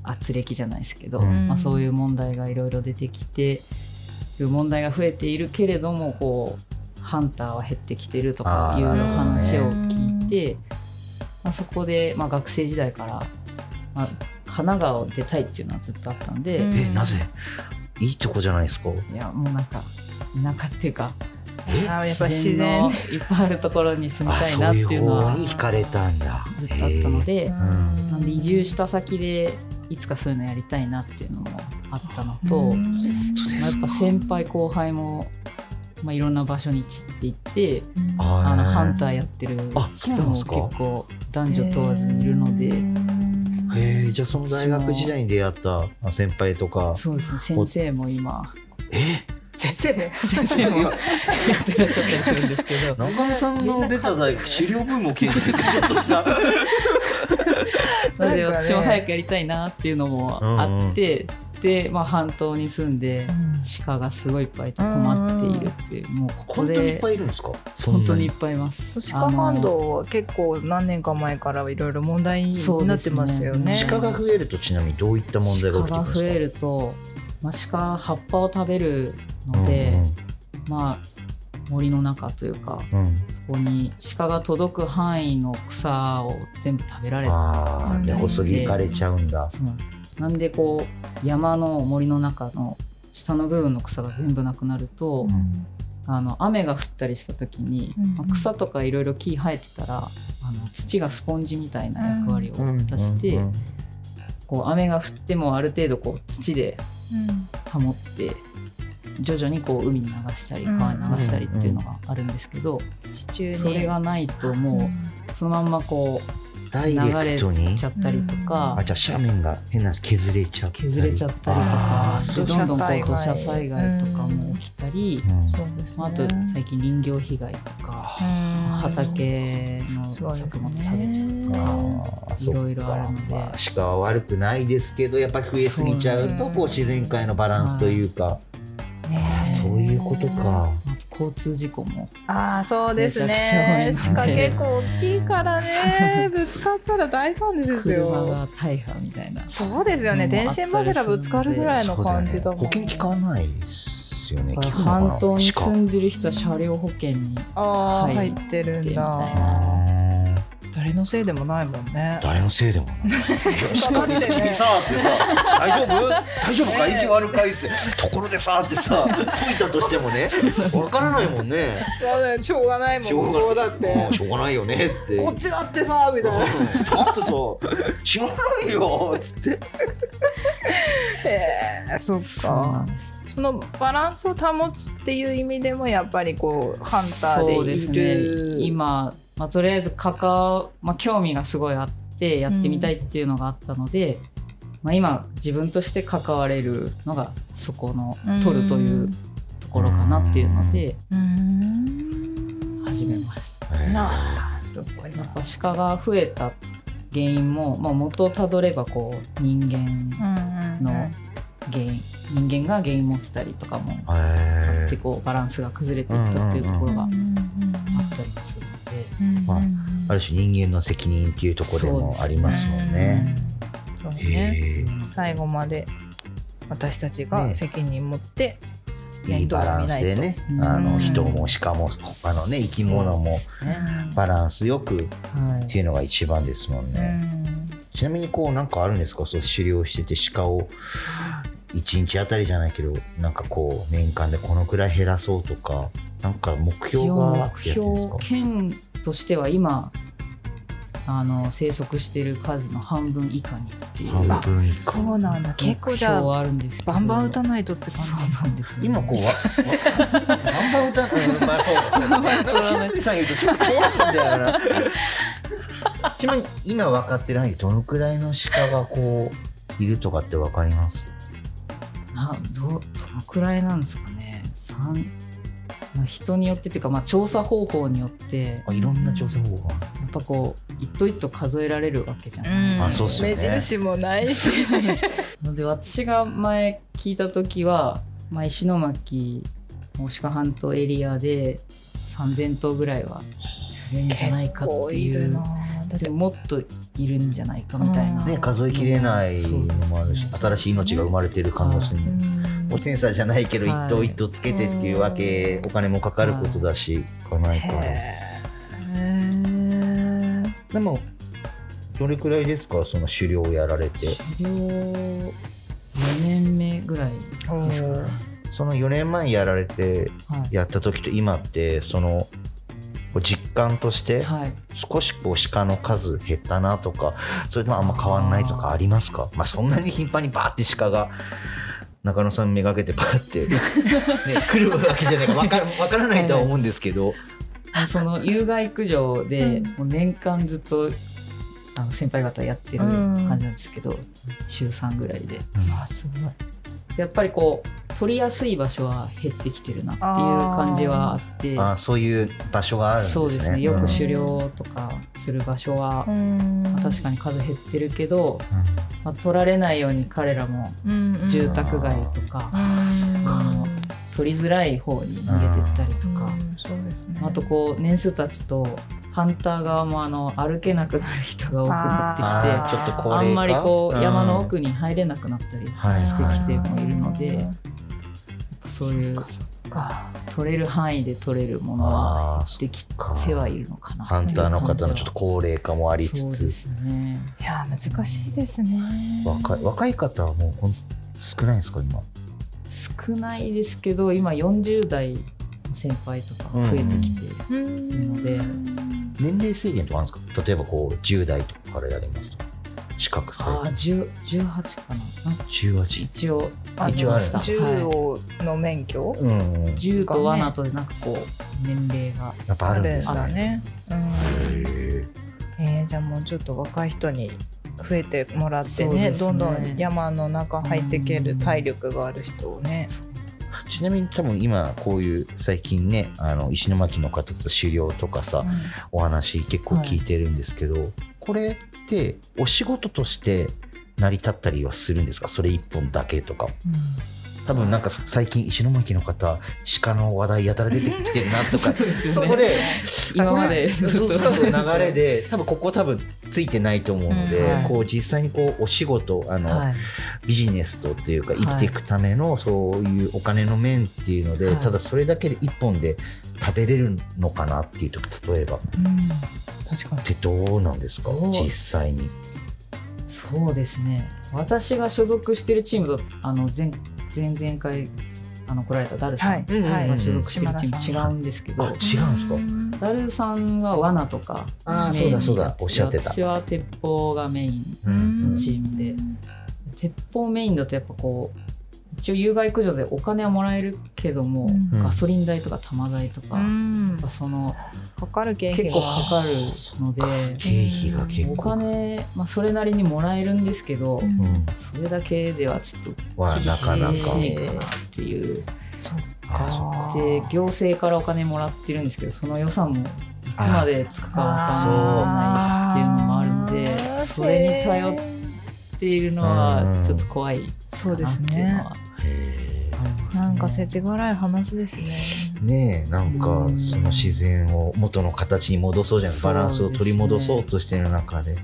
E: 圧力じゃないですけど、
A: うん
E: まあ、そういう問題がいろいろ出てきてる問題が増えているけれどもこうハンターは減ってきてるとかいう
A: あーなるほどね
E: 話を聞いて、まあ、そこで、まあ、学生時代から、まあ、神奈川を出たいっていうのはずっとあったんで、
B: うん
A: え、なぜいいとこじゃないですか。
E: いやもうなんか田舎っていうか
A: え
B: あーやっぱ自
E: 自然
B: 然
E: のいっぱいあるところに住み
A: あ、
E: たい
A: そ
E: なっ
A: う
E: て
A: いう
E: いうの
A: 方
E: は
A: に
E: ず
A: 惹かれたんだ。
E: っとあったので。
A: ん
E: なんで移住した先でいつかそういうのやりたいなっていうのもあったのと、
B: う
E: ま
B: ん
A: へー。
E: あやっ
A: 本
E: ぱ先輩後輩も、まあ、いろんな場所に散っていってあのハ
A: 当です
E: ン
A: か。
E: ターやってる
A: あそう
E: 人
A: なん
E: も
A: ですか
E: 結構男女問わずにいるので、
A: へえ。へえ、じゃあその大学時代に出会ったまあ先輩とか。
E: そうですね先生も今
A: え、
E: 先生も先生もやってらっしゃったりするんですけ ど。
A: 中野さんの出た大学資料部も経験してちょっとした。
E: なので私も早くやりたいなっていうのもあって、で、まあ、半島に住んで鹿がすごいいっぱいいて困っているっていうもうここ
A: 本
E: で
A: 当にいっぱいいるんですか。
E: 本当にいっ
A: そんな
E: ぱいいます。
B: 鹿ハン
E: あの
B: ドは結構何年か前からいろいろ問題になってますよね。
E: そうですね
A: 鹿が増えるとちなみにどういった問題が起きて
E: 鹿
A: く
E: が増え
A: るんです
E: ると、まあ、鹿葉っぱを食べる
A: か。
E: ので、まあ森の中というか
A: うんうんうん
E: そこに鹿が届く範囲の草を全部食べられた
A: ああ、で細切りかれちゃうんだ。
E: そうなんですなんでこう山の森の中の下の部分の草が全部なくなると、あの雨が降ったりした時に、
B: うん
E: まあ草とかいろいろ木生えてたらあの土がスポンジみたいな役割を果たして、
A: うんうんうん
E: こう雨が降ってもある程度こう土で保って徐々にこう海に流したり
B: うん
E: 川に流したりっていうのがあるんですけど、
B: 地中に
E: それがないともうそのまんまこう
A: ダイ
E: 流
A: レ
E: れ
A: クトに
E: ちゃったりとか、
A: あじゃあ斜面が変な削れちゃったり
E: 削れちゃったりと
A: あー
E: かで
A: そう
E: どんどんこう
B: 土
E: 土
B: 砂
E: 砂
B: 災
E: 災
B: 害
E: 害とかも起きたり、
A: うん
B: そうです
E: ま
B: ね。
E: ああと最近林業被害とか
B: うん
E: 畑の
B: そう
E: 作
B: ですね
E: 物食べちゃうと
A: あ
E: か。
A: ーそっか
E: いろいろあるので
A: まあ、鹿は悪くないですけどやっぱり増えすぎちゃう
B: そう
A: と
B: ね
A: こう自然界のバランスというか、あーそういうことか。
E: あと交通事故も
B: ああそうです
E: めちゃくちゃ多い
B: ね
E: で。す
B: 鹿
E: ね
B: 結構大きいからねぶつかったら大惨事です
E: 車
B: よ。
E: が大破みたいな
B: そうですよね。
E: もう
B: 電信柱ぶつかるぐらいの
A: そうだよ
B: 感
A: ね
B: じだもん。
A: 保険効かないですよね
E: だ
A: 効
E: から
A: くのかな
E: 半島に
A: 鹿
E: 住んでる人は車両保険に
B: ああ入
E: 入
B: っ
E: って
B: るんだ。
A: あー
B: 誰のせいでもないもんね。
A: 誰のせいでもないいや
B: 鹿ってね
A: 鹿にさーってさ「大丈夫大丈夫か息悪かい?」ってところでさーってさ解いたとしても ねわからないもんね
B: そうだよしょうがないもん。向こうだって。
A: もうしょうがないよねって
B: こっちだってさみたいな。
A: だってさ知らないよっつって
B: えー、そっか。そのバランスを保つっていう意味でもやっぱりこうハンタ
E: そう
B: ーで
E: で
B: い
E: す
B: る。
E: ね、今、まあ、とりあえずカカまあ、興味がすごいあってやってみたいっていうのがあったので、まあ、今自分として関われるのがそこの
B: うん
E: 取るというところかなっていうので
B: うーん
E: 始めます。
B: なあすごい
E: や
B: な
E: っぱ鹿が増えた原因も、まあ、元をたどればこう人間の原因人間が原因持ってたりとかもあってこうバランスが崩れていったっていうところがあったりもするので。
A: まあある種人間の責任っていうところでもありますもんね。
B: そうね
A: へ
B: 最後まで私たちが責任持って
A: えいいバランスでね
E: うん
A: あの人も鹿も他のね生き物も
E: ね
A: バランスよくっ
E: はい
A: ていうのが一番ですもん
B: う
A: ね。
B: ん
A: ちなみにこうなんかあるんですかそう狩猟してて鹿を1日あたりじゃないけどなんかこう年間でこのくらい減らそうとかなんか目標があってやってるんですか
E: 目標県としては今あの生息してる数の半分以下にっていう
F: 半分以下
B: そうなんだ結構じゃ
E: 目標
B: あ
E: はあるんですけど
B: バンバン打たないとって感
E: そうなんです、ね、
A: 今こうわわバンバン歌うんまあそうだそうだなんか白鳥さん言うとちょっと怖いんだよなちなみに今分かってないどのくらいの鹿がこういるとかって分かります
E: などどのくらいなんですかね三まあ人によってっていうか、まあ、調査方法によって
A: あいろんな調査方法が
E: やっぱこう一頭一頭数えられるわけじゃ
B: じ、
E: ない、
A: んあそうっすよね
B: 目印もないし
E: ので私が前聞いた時は、まあ、石巻大鹿半島エリアで3,000頭ぐらいはいるんじゃないかっていう
B: なだって
E: でもっといるんじゃないかみたいな、
B: うん
A: ね数えきれないのもあるし
E: そう
A: 新しい命が生まれてる可能性ももうセンサーじゃないけど
E: はい
A: 一頭一頭つけてっていうわけお金もかかることだしかないからでもどれくらいですかその狩猟をやられて
E: 狩猟4年目ぐらいですかね、
A: その4年前やられて
E: はい
A: やった時と今ってそのこう実感として
E: はい、
A: 少しこう鹿の数減ったなとかそれでもあんま変わんないとかありますかまあそんなに頻繁にバーって鹿が中野さんめがけてバー って、ね、来るわけじゃないか分かわからないとは思うんですけど、
E: もうその有害駆除でもう年間ずっとあの先輩方やってる感じなんですけど、週3ぐらいで、
A: ん
E: あすごいやっぱりこう取りやすい場所は減ってきてるなっていう感じはあって
A: あーそういう場所があるんですね。
E: そうですねよく
B: し
E: 狩猟とかする場所は、まあ確かに数減ってるけど、まあ、取られないように彼らも住
B: 住
E: 宅街とか、
B: うん
E: 取りづらい方に逃げてったりとか。
B: うんそうですね
E: あとこう年数経つとハンター側もあの歩けなくなる人が多くなってきて
A: あーちょっと高齢
E: あ
A: 化
E: んまりこ
A: う
E: うん山の奥に入れなくなったり
A: はい
E: してきてもいるの
B: う
E: で
B: ん
E: そういう取れる範囲で取れるものは
A: ああそっ
E: でき
A: か
E: てはいるのかな
A: ハンターの方のちょっと高齢化もあ
E: あ
A: りつ
E: そうで
A: つ、
E: すね
B: いやー難しいですね
A: 若い若い方はもうほん少ないんですか今。
E: 少ないですけど今40代の先輩とか増えてきて、
B: うん
E: ので
A: 年齢制限とかあるんですか例えばこう10代とかからやりますと資格制
E: ああ10 18かななんか
A: 18
E: 一応
B: あ
E: りました
B: 銃
E: はい
B: をの免許
A: うんうんや
E: 銃と罠とでなんかこう年齢が
A: っぱあるんです
B: あるんだ
A: ね
B: ねうんえーじゃあもうちょっと若い人に増えてもらって
E: そう
B: ね
E: ですね
B: どんどん山の中入っていける体力がある人をね
A: ちなみに多分今こういう最近ねあの石巻の方と狩猟とかさ、お話結構聞いてるんですけど、これってお仕事として成り立ったりはするんですかそれ一本だけとか多分なんかさ最近石巻の方鹿の話題やたら出てきてるなと かそこで
E: 今ま
A: これ
E: で
A: そうそうそう流れで多分ここ多分ついてないと思うので、
E: うんはい
A: こう実際にこうお仕事あの、
E: はい、
A: ビジネスとっていうか生きていくためのそういうお金の面っていうので、
E: はい
A: ただそれだけで一本で食べれるのかなっていうと例えばっ
E: 確かに
A: てどうなんですか
E: どう
A: 実際に。
E: そうですね私が所属してるチームとあの前前々回あの来られたダルさん、
B: はい
A: うんうんうん
B: はい
E: が所属してるチ
B: 島田
E: ー
B: さ
E: ム違うんですけど
A: あ違うんですか
E: ダルさんは罠とか
A: あー
E: メ
A: そう
E: インに
A: だそうだおっしゃってた
E: 私は鉄砲がメイン
A: うん
E: のチームで鉄砲メインだとやっぱこう一応有害駆除でお金はもらえるけども、
B: うん
E: ガソリン代とか玉代とか、
B: う
E: やっ
B: ん
E: ぱその
B: かかる経費
E: 結
B: が
E: 構かかるので
A: 経費が結
E: お
A: 構、
E: 金、まあ、それなりにもらえるんですけど、
B: うん
A: うん、
E: それだけではちょっと
A: はなかなか
E: 厳しいかなっていう
A: あそうか
E: で行政からお金もらってるんですけどその予算もいつまで使うかわからないっていうのもあるので
B: あー
E: それに頼っているのはちょっと怖い
B: そ
E: か
B: うで
E: な
B: す
E: っていうの
B: ね
E: は
A: へ
E: ありますね。
B: なんか世知辛い話ですね
A: ーねえなんか
E: うん
A: その自然を元の形に戻そうじゃんバランスを取り戻そうとしてる中で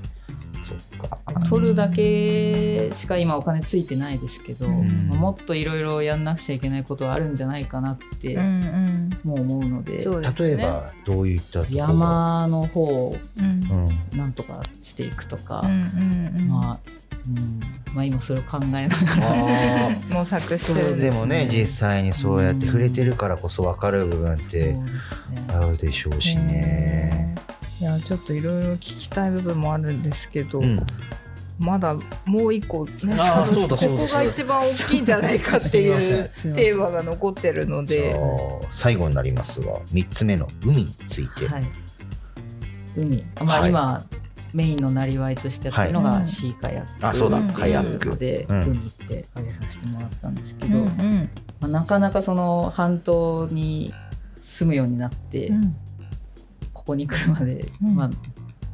A: そっか
E: 取るだけしか今お金ついてないですけど、
B: うん
E: もっといろいろやんなくちゃいけないことはあるんじゃないかなって、
B: うん
E: もう思うので
B: うんそうです
A: 例え
B: ね
A: ばどういったところが
E: 山の方を
B: うん
A: うん
E: なんとかしていくとか、
B: うんうんうん
E: まあ、うん、まあ今それを考えなが
A: あー
B: 模索して
E: そ
B: る
E: うん
A: で
B: です
A: もね
E: うん
A: 実際にそうやって触れてるからこそ分かる部分っ
E: ら、
A: て
E: そうですね
A: あるでしょうしね。
B: いやちょっといろいろ聞きたい部分もあるんですけど、
A: うん
B: まだもう一個ね
A: あー
B: その
A: そうだそうだ
B: ここが一番大きいんじゃないかって
A: すい
B: い
A: ま
B: う
E: すいません
B: テーマが残ってるの
A: じゃ
B: で
A: あ最後になりますが3つ目の海について、
E: はい、海、ま
A: は
E: あ、
A: い
E: 今、メインのなりわいとしてやってるの
B: は
E: が
B: い
E: シーカヤック
A: あそうだ
B: うん
A: カヤック
E: で、
A: うん
E: 海って挙げさせてもらったんですけ
B: うん
E: ど、
B: うん
E: まあ、なかなかその半島に住むようになって、
B: うん
E: ここに来るまで、
B: うん
E: まあ、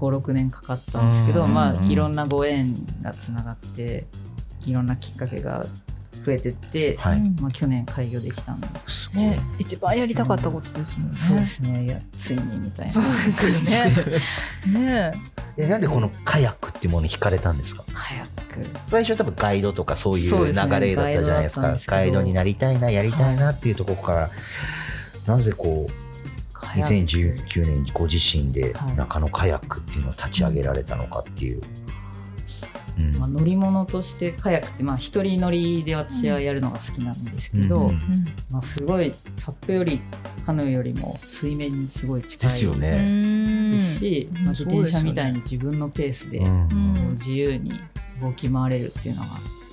E: 56年かかったんですけど、
A: うん
E: まあ、いろんなご縁がつながっていろんなきっかけが増えてって、
A: はい、
B: うん
E: まあ、去年開業できたんで、
A: すごい
B: ね、一番やりたかったことですもんね。
E: そうですねいやついにみたいな
B: そうですよね。ね
A: えなんでこのカヤックっていうものに惹かれたんですか
E: カヤック
A: 最初は多分ガイドとかそういう
E: そう
A: 流
E: ですね
A: れだったじゃないですか
E: ガイドだったんですけど
A: ガイドになりたいなやりたいなっていうところから、なぜこう
E: カヤック
A: 2019年にご自身で
E: はい
A: 中野カヤックっていうのを立ち上げられたのかっていう、うん
E: まあ、乗り物としてカヤックってまあ一人乗りで私はやるのが好きなんですけど、
A: うん
B: え。
E: まあ、すごいサップよりカヌーよりも水面にすごい近い
A: ですよ
B: う
A: ね、
B: ん。
E: ですし、
B: うん
E: まあ、自転車みたいに自分のペースで
A: う
E: こ
A: ん
B: うん
E: う自由に動き回れるっていうのが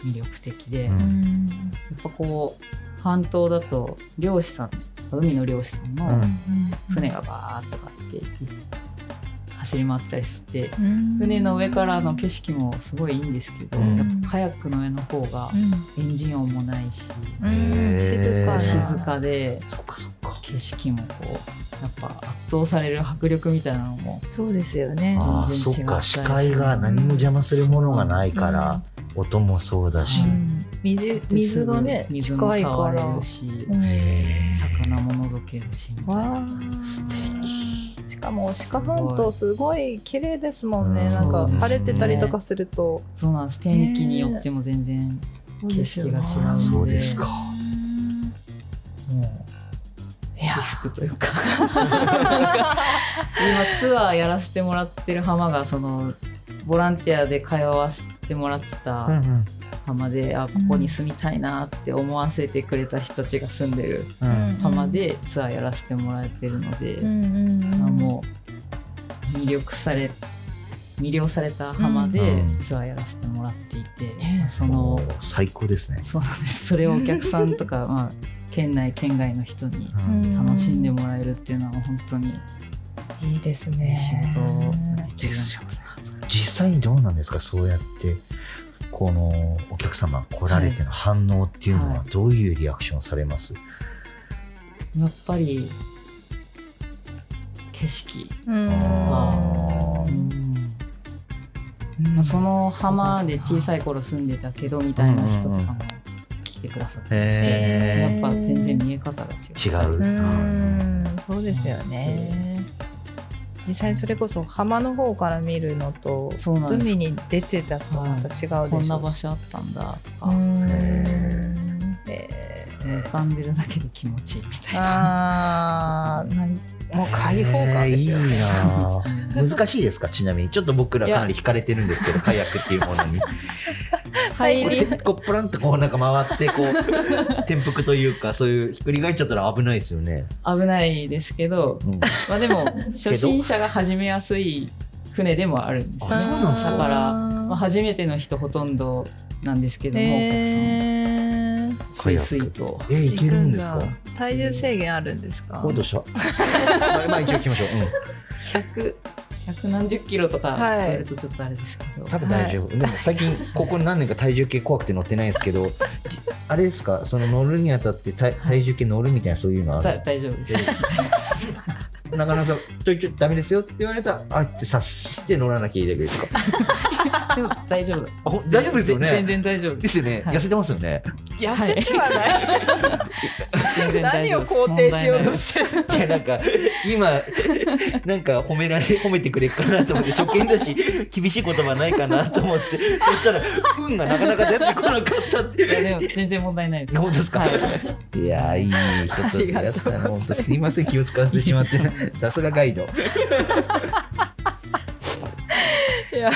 E: 魅力的で、
A: うん
E: や
B: うん。
E: っぱこう半島だと漁師さん海の漁師さん
A: う
E: の
A: ん
E: 船がバーっとかって走り回ってたりして。
B: うん
E: 船の上からの景色もすごいいいんですけど、
A: うん
E: やっぱカヤックの上の方が
B: うん
E: エンジン音もないし、
B: うん静かな
E: 静かで
A: そっかそっか
E: 景色もこうやっぱ圧倒される迫力みたいなのも
B: そうですよね。
A: ああ
E: 全
A: そ
E: 然
A: っ
E: 違った
A: か
E: りす
A: 視
E: る
A: 界が何も邪魔するものがないから、音もそうだし、
E: う
B: 水水がね
E: 水も
B: 近いか
E: 触れ
B: ら。
E: るし
A: へ
E: 魚も覗けるしみたいな
B: わあ。しかも鹿半島すごい綺麗ですもんね。
A: うん
B: なんか
A: そうですね
B: 晴れてたりとかすると。
E: そうなんです天気によっても全然景色が違う
A: え
E: ので
A: そうですか
E: もう私服というか 今ツアーやらせてもらってる浜がそのボランティアで通わせてもらってた、
A: ん
E: 浜であここに住みたいなって思わせてくれた人たちが住んでる
A: う
E: 浜でツアーやらせてもらえてるので、
B: うんうんうん
E: まあもう魅力され魅了された浜で
A: うん
E: ツアーやらせてもらっていて、
B: ね
E: まあその
A: もう最高ですね
E: そうなんですそれをお客さん とか、まあ、県内県外の人に
B: うん
E: 楽しんでもらえるっていうのは本当に
B: いいです
E: いい
B: ね。
E: 仕事ができる
A: です
E: な
A: よ
E: って
A: 実際にどうなんですかそうやってこのお客様来られての反応っていうのは
E: は
A: どういうリアクションされます、
E: やっぱり景色
B: うん
A: あー
E: まあ、その浜で小さい頃住んでたけどみたいな人とか
A: うんうんう
E: も
A: ん
E: 来てくださって、
A: へ
E: やっぱ全然見え方が
A: 違
E: 違
A: う、う
B: う
A: ん
B: んそうですよね。実際それこそ浜の方から見るのと
E: そうなんです
B: 海に出てたとまた違うでしょうし。
E: こんな場所あったんだと
B: う
E: か、
B: ん
A: へ
B: え
E: 浮かんでるだけで気持ちいいみたい
B: ー
E: な。
B: あーなんもう開放感ですよ
A: えーい
B: ね。
A: いなあ難しいですかちなみにちょっと僕らかなり惹かれてるんですけどカヤックっていうものに
B: 入
A: こう
B: り
A: てこうプランとこうなんか回ってこう転覆というかそういうひっくり返っちゃったら危ないですよね、
E: 危ないですけど、
A: うん
E: まあでも初心者が始めやすい船でもあるんです
A: あ
E: ね。
A: そうなんですか
E: だから、まあ、
B: ま
E: 初めての人ほとんどなんですけども、
B: え
E: お客さんもすいすいと。
A: えいけるんですか
B: 体重制限あるんですか
A: おどうしたまあまあ一応行きましょう、うん
E: 100 100何十キロとか超
B: はい
E: えるとちょっとあれですけど、
A: 多分大丈夫、でも最近ここ何年か体重計怖くて乗ってないですけどじあれですかその乗るにあたって体体重計乗るみたいなそういうのあ
E: だ
A: る
E: 大丈夫です。
A: 中野さんちょいちょいダメですよって言われたらあって察して乗らなきゃいいだけですか
E: でも大丈夫。
A: あほん大丈夫ですよね
E: ぜ全然大丈夫
A: で
E: です。
A: すよね、
E: はい
A: 痩せてますよね
B: 痩せてはない、
E: 全然大
B: 何
E: 丈夫
B: を
E: です
B: 肯定しようとしてる
A: いやなんか今 なんか褒められ褒めてくれるかなと思って初見だし厳しい言葉ないかなと思 ってそしたら運がなかなか出てこなかったって
E: 問題ないですいやでも全然問題ないです。
A: 本当ですか、
E: はい
A: い、やーいい人と出会ったな本当すいません気を使わせてしまって さすがガイド
B: いや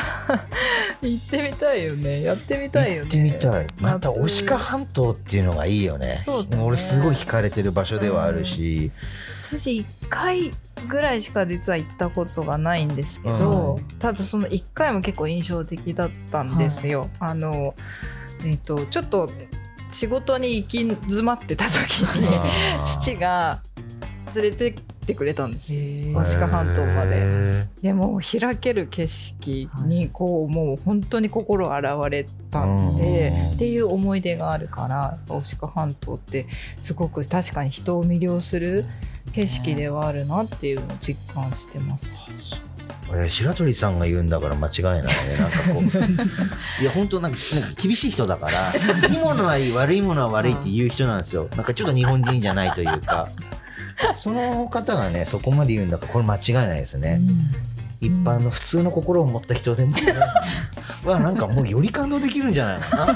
B: 行ってみたいよねやってみたいよね
A: 行ってみたいまた
B: 夏
A: 牡鹿半島っていうのがいいよね
B: そうだね
A: 俺すごい惹かれてる場所ではあるし、
B: 私一回ぐらいしか実は行ったことがないんですけど、ただその1回も結構印象的だったんですよ。あのえっ、とちょっと仕事に行き詰まってた時に父が連れてってくれたんです
E: へ
B: 飛鳥半島まで
A: へー
B: でもう開ける景色にこう、もう本当に心洗われたんで、
A: うん
B: っていう思い出があるから大鹿半島ってすごく確かに人を魅了する景色ではあるなっていうのを実感してます。
A: えー白鳥さんが言うんだから間違いないねなんかこういや本当なんかなんか厳しい人だからいいものはいい悪いものは悪いって言う人なんですよなんかちょっと日本人じゃないというかその方がねそこまで言うんだからこれ間違いないですね、一般の普通の心を持った人でも、ね、はなんかもうより感動できるんじゃないか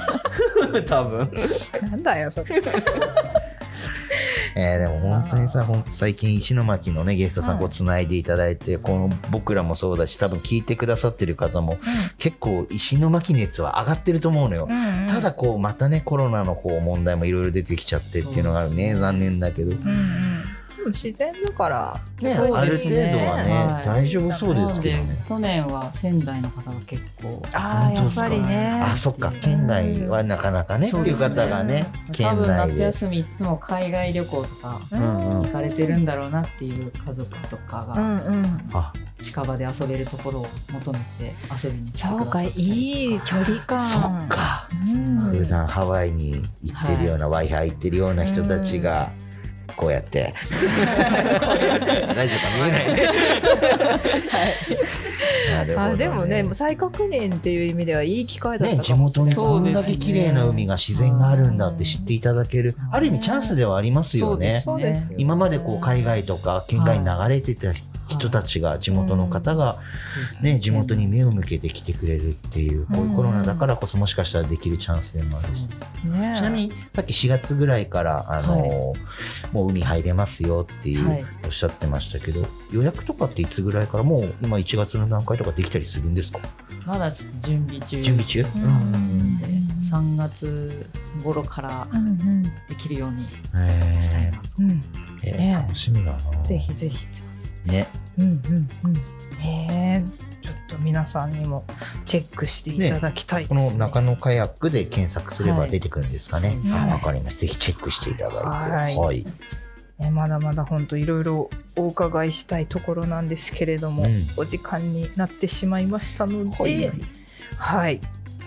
A: な多分
B: なんだ よそれ。
A: えーでも本当にさ、本当最近石巻のね、ゲストさん
B: はい
A: こう繋いでいただいて、この僕らもそうだし、多分聞いてくださってる方も、結構石巻熱は上がってると思うのよ。ただこう、またね、コロナのこう問題もいろいろ出てきちゃってっていうのがあるね、残念だけど。
B: うんうん、でも自然だから
A: ね、
E: そ
A: あ
E: うで
A: る
E: す
A: 程
E: ね
A: 度はね、
E: はい
A: 大丈夫そうですけど
E: なの
A: ね
E: で。去年は仙台の方が結構
B: あ
A: 本当ですか
B: ね
A: あ、そっか、県外はなかなかね、っていう方がね、
E: 多
A: 県
E: 分
A: 内
E: 夏
A: で。
E: 休みいつも海外旅行とか
A: うんうん
E: 行かれてるんだろうなっていう家族とか
B: う
E: が
B: んうん
A: あ、
E: 近場で遊べるところを求めて遊びに来てく
B: そ
E: ださ
B: う
E: った
B: かい
E: り
B: い距離感
A: そっか。
B: うん
A: 普段ハワイに行ってるような、ワイハイ行ってるような人たちが、こうやって。ラジオが見えないね。 なるほど
B: あでもねもう再確認っていう意味ではいい機会だっ
A: ね、
B: た
A: 地
B: かもしれ
A: 元
B: ない
A: に
E: そ
A: こ
E: うんです
A: だ
E: ね
A: け綺麗な海が自然があるんだって知っていただける、ある意味チャンスではありますよね。
B: そうですよ
A: 今までこう海外とか県外に流れてた人たちが地元の方が、ね、地元に目を向けて来てくれるっていうこういうコロナだからこそもしかしたらできるチャンスでもあるし。
B: ね
A: ちなみにさっき4月ぐらいから、あのーもう海入れますよっていう、
E: はい
A: おっしゃってましたけど予約とかっていつぐらいからもう今1月の段階とかできたりするんですか
E: まだちょっと準備中
A: 準備中、
B: ん
A: うん
E: で3月頃から
B: うんうん
E: できるように
A: えー
E: したいなと、
B: うん
A: えー
B: ね
A: 楽しみだな
B: ぜひぜひ
A: ね
B: うんうんうんへえちょっと皆さんにもチェックしていただきたいです
A: こ
B: ね
A: の中野カヤックで検索すれば出てくるんですかね、
B: はい
A: あわかりましたぜひチェックしていただいて
B: はい
A: はい、
B: ねまだまだ本当いろいろお伺いしたいところなんですけれども、
A: うん
B: お時間になってしまいましたので、
A: は
B: はいい、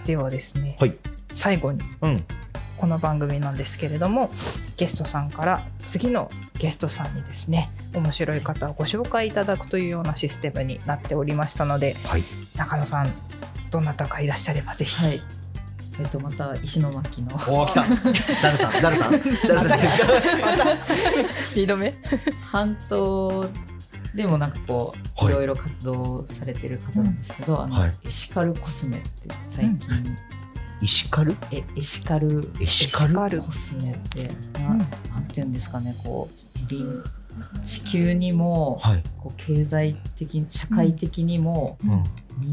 B: ではですね、
A: はい
B: 最後に
A: うん
B: この番組なんですけれどもゲストさんから次のゲストさんにですね面白い方をご紹介いただくというようなシステムになっておりましたので
A: はい
B: 中野さんどなたかいらっしゃればぜひ、
E: はいえっとまた石巻の
A: おお来た ダルさんダル さんダルさんですか
B: スピード目
E: 半島でもなんかこう、
A: はい
E: い、ろいろ活動されてる方なんですけど、あの
A: はい
E: エシカルコスメって最近、
A: 石狩
E: えエシカル
A: エシカル
B: エシカル
E: コスメって
B: う
E: な,、
B: ん
E: ん、なんていうんですかねこう地輪地球にも
A: はい、
E: こう経済的社会的にも、
A: うん、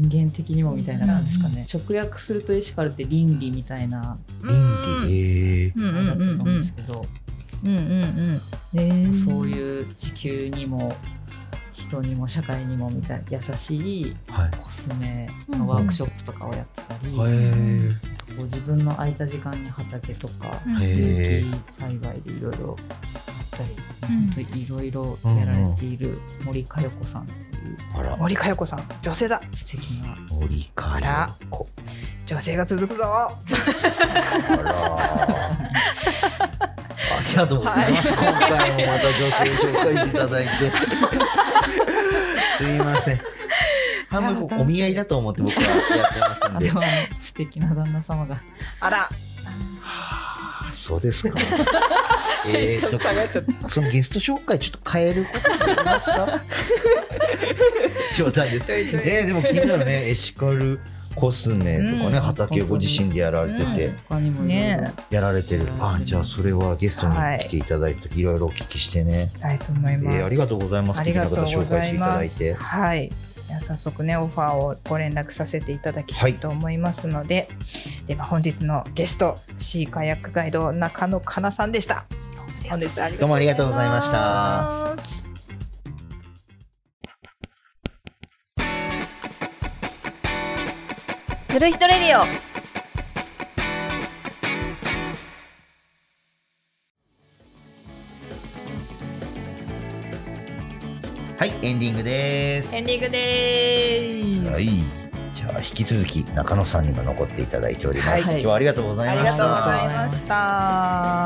E: 人間的にもみたいななんですかね、直訳するとエシカルって倫理みたいな
A: 倫理えー
B: うんう
E: も
B: ん
E: のだ
B: う
E: と
B: ん
E: 思
B: う
E: うん
B: ん
E: ですけど、
B: うんうんうんね
E: そういう地球にも人にも社会にもみたいな優しい
A: はい
E: コスメのワークショップとかをやってたり、
A: へー
E: こう自分の空いた時間に畑とか
B: うん
A: へ
E: 有
A: ー
E: 機栽培でいろいろやったり、
B: うん
E: ほんといろいろやられている森かよ子さんっていう
A: あら
B: 森かよ子さん女性だ
E: 素敵な
A: 森かよこ
B: 女性が続くぞ
A: あらありがとうございます、今回もまた女性紹介していただい てすいません半分こうお見合いだと思って僕はやってますん
E: あ
A: で
E: でもあの 素敵な旦那様が
B: あら
A: あそうです かえーとそのゲスト紹介ちょっと変えることできます か冗談ですえーでも気になるねエシカルコスメとかね、
B: うん
A: 畑をご自身でやられてて、
B: うん
E: 他にもいろいろ
B: ね
A: やられてる。あ、じゃあそれはゲストに来ていただいて、い、ろいろお聞きしてね。
B: したいと思い
A: え
B: ます、
A: ーありがとうございます。
B: ありがとう
A: 素敵な方
B: ご
A: 紹
B: ざ
A: 介し
B: い
A: ていただ
B: ま
A: い
B: す。
A: て。
B: はい。では早速ねオファーをご連絡させていただきたいと思いますので、では本日のゲストシーカヤックガイド中野かなさんでした。本日はありがとうございます
A: どうもありがとうございました。
B: する人レディオ
A: はい、エンディングです。
B: エンディングで
A: は
B: ーす
A: い。じゃあ、引き続き中野さんにも残っていただいております。
E: はい
A: 今日はありがとうござ
B: あ
A: いま
B: り
A: した。
B: がとうございました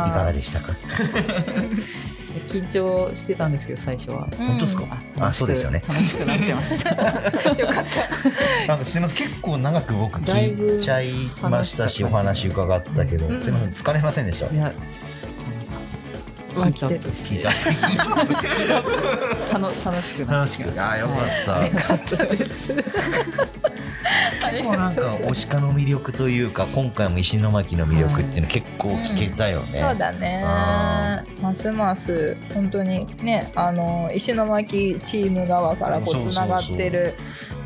A: いかがでしたか
E: 緊張してたんですけど最初は。
B: うん
A: 本当ですかあそうですよね
E: 楽しくなってました。
B: よかった
A: なんかすみません結構長く僕
E: だいぶ
A: 聞いちゃいましたしお話
E: 話した
A: 伺ったけど、
B: うん
A: すみません疲れませんでした
E: いや、なんかヒートアップ
A: 聞
E: し
A: い
E: て
A: た
E: 楽楽しくな
A: 楽
E: って
A: し
E: き
A: く
E: ました。
A: あーよかった、
E: かったです。
A: 結構なんか推し家の魅力というか今回も石巻の魅力っていうの結構聞けたよね、
B: そうだね
A: あ
B: ますます本当にねあの石巻チーム側からこ
A: そう
B: う
A: そうそう
B: つながってる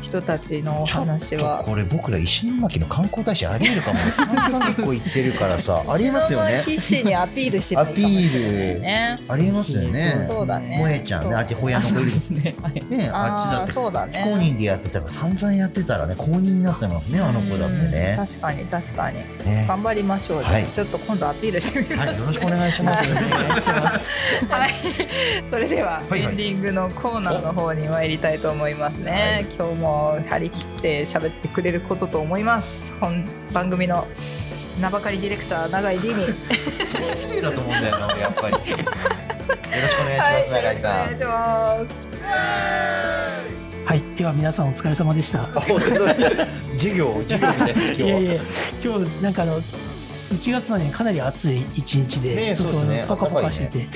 B: 人たちのお
A: ちょ
B: 話
A: っと
B: は
A: これ僕ら石巻の観光大使ありえるかもね散々結構行ってるから さありえますよね
B: 石巻市にアピールしてもいいかもしれないね
A: ありえますよね
B: そうだね
A: 萌えちゃんねあっちほや
E: あ
A: の
E: そう
A: 子い
E: で
A: る
E: すね。はい
A: ねあっちだ
B: あ
A: っ
B: ー
A: て
B: そうだね
A: 非公認でやってたから散々やってたらね公認になったのねあの子だって
B: う
A: ね
B: ん確かに確かに
A: ね
B: 頑張りましょう、
A: はい
B: ちょっと今度アピールしてみます、
A: はいよろしくお願いします
E: お願いします。
B: はい、 それでは、
A: はいはい
B: エンディングのコーナーの方に参りたいと思いますね、今日も張り切って喋ってくれることと思います本番組の名ばかりディレクター永井 D によろしく
A: 失礼だと思うんだよな俺やっぱり よろしくお願いします永井さ
B: お願いします
D: はい、では皆さんお疲れ様でした。
A: ん授業授業みたいです
D: いやいや、今日なんかあの1月なのにかなり暑い一日で、
A: ねえ
D: 外
A: そうですね
D: パカパカしてて、で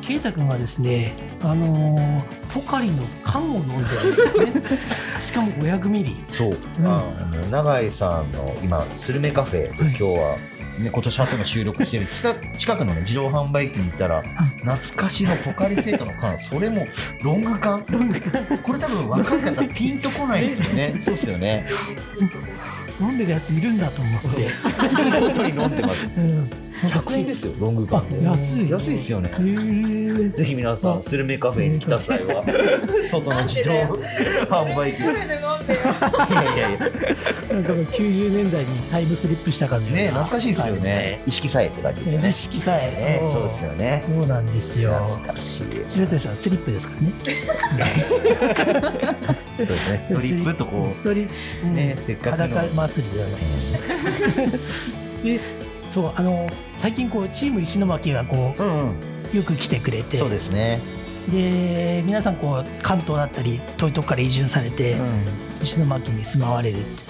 D: 圭太君はですね、あのーポカリの缶を飲んでるん ですね。しかも500ミリ。
A: そう、あの永井さんの今スルメカフェで今日は、ね、今年初の収録してる 近く近くのね自動販売機に行ったら懐かしのポカリ生徒の缶それもロング缶これ多分若い方ピンとこないです よねそうですよね
D: 飲んでるやついるんだと思って。
A: いいことに飲んでます
D: うん
A: 100円ですよロング缶で
D: あ安い
A: 安いですよね
D: へー
A: ぜひ皆さんスルメカフェに来た際は 外の自動販売機いやいやいや
D: なんかもう90年代にタイムスリップした感じ
A: ね懐かしいですよね意識さえって感じですよね
D: 意識さえ、
A: ねそうですよね
D: そうなんですよ
A: 懐かしい
D: 白鳥さんスリップで すからね
A: そうですね、ストリップとこ
D: ストリップ、うん
A: ねせっかくの
D: 裸祭りではないですねでそうあの最近こうチーム石巻がこ
A: う。うん、うん、
D: うよく来てくれて
A: そうですね。
D: で皆さんこう関東だったり遠いとこから移住されて、石巻に住まわれるって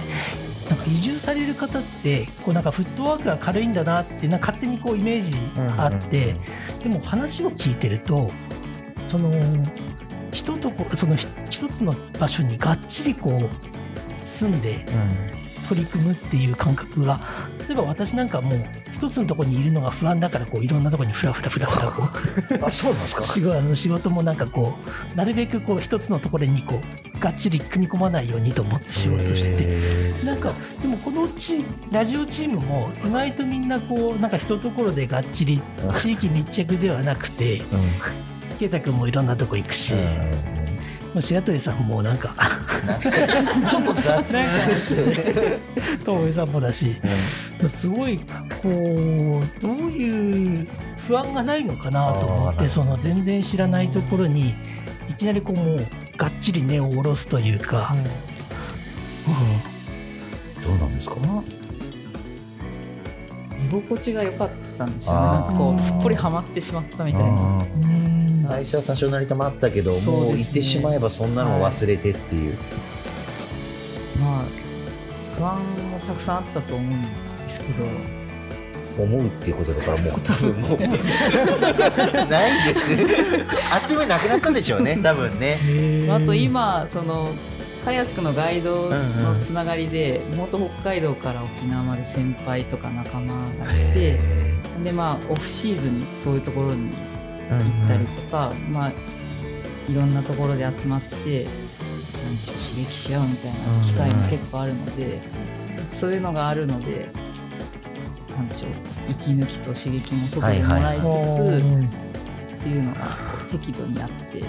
D: なんか移住される方ってこうなんかフットワークが軽いんだなってなんか勝手にこうイメージあって、でも話を聞いてるとその一とこそのひ一つの場所にがっちりこう住んで取り組むっていう感覚が例えば私なんかもう一つのとこにいるのが不安だからこういろんなとこにフラフラフラフラこう
A: あ、そうなんですか。
D: 仕事あの仕事もなんかこうなるべくこう一つのところにこうがっちり組み込まないようにと思って仕事してて。
A: て
D: なんかでもこのチラジオチームも意外とみんなこうなんか一ところでがっちり
A: うん
D: 地域密着ではなくて
A: うん、
D: 圭太君もいろんなとこ行くし、
A: う
D: もう白鳥さんもな んか
A: ん、ちょっと雑ですよね。
D: 遠江さんもだしすごいこうどういう不安がないのかなと思っ
A: あー
D: てその全然知らないところにいきなりこうもうがっちり根を下ろすというか、う
A: どうなんですか。
E: 居心地が良かったんですよね。なんかこ
D: あー
E: うすっぽりハマってしまったみたいな。
D: んうん
A: 最初は多少なりともあったけど、
E: そうですね
A: もう行ってしまえば、そんなのを忘れてっていう。
E: まあ不安もたくさんあったと思うんですけど。
A: 思うっていうことだから、もう 多分もう。ないです。あっという間になくなったんでしょう ね、多分ね。
E: あと今そのカヤックのガイドのつながりで、元北海道から沖縄まで先輩とか仲間がいてでまあオフシーズンにそういうところに行ったりとか、まあいろんなところで集まって何でしょう刺激し合うみたいな機会も結構あるので、そういうのがあるので何でしょう息抜きと刺激も外でもらいつつ、っていうのが適度にあって。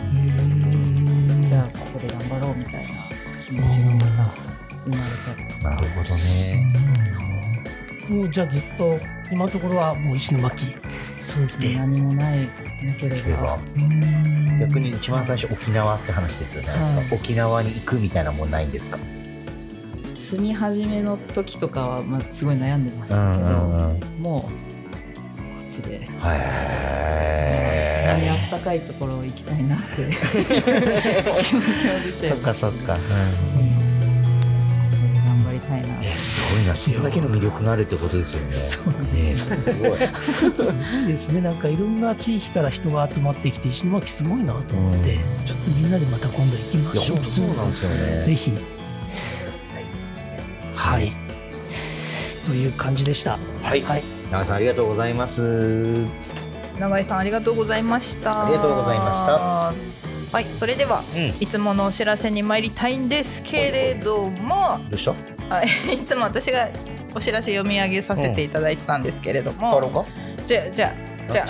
E: じゃあここで頑張ろうみたいな気持ちがまた生まれた
A: なるほどね。
D: もうじゃあずっと今のところはもう石巻
E: そうですね何もないなけれ
A: けれ
E: ば
A: ば
D: うん
A: 逆に一番最初沖縄って話してたじゃないですか、
E: はい
A: 沖縄に行くみたいなもんないんですか
E: 住み始めの時とかは、まあ、すごい悩んでましたけど、
A: うん
E: もうこっちで、
A: へ
E: より
A: え
E: あったかいところ行きたいなって 気持ちも出ちゃ
A: そ
E: い
A: っ
E: ま
A: か
E: す
A: そっか、うん
E: 頑張りたいな
A: えすごいなそれだけの魅力があるってことですよね
D: そうなんです
A: ねえすごい
D: いいですねなんかいろんな地域から人が集まってきて石巻すごいなと思って、ちょっとみんなでまた今度行きま
A: いや
D: しょう
A: 本当そうなんですよね
D: ぜひはいという感じでした
A: はい
D: はい、
A: 長さんありがとうございます
B: 永井さんありがとうございました
A: ありがとうございま
B: したはいそれでは
A: うん
B: いつものお知らせに参りたいんですけれども
A: どうした
B: あいつも私がお知らせ読み上げさせていただいてたんですけれど
A: 変わろ
B: も、
A: うか
B: じゃあじゃあじゃ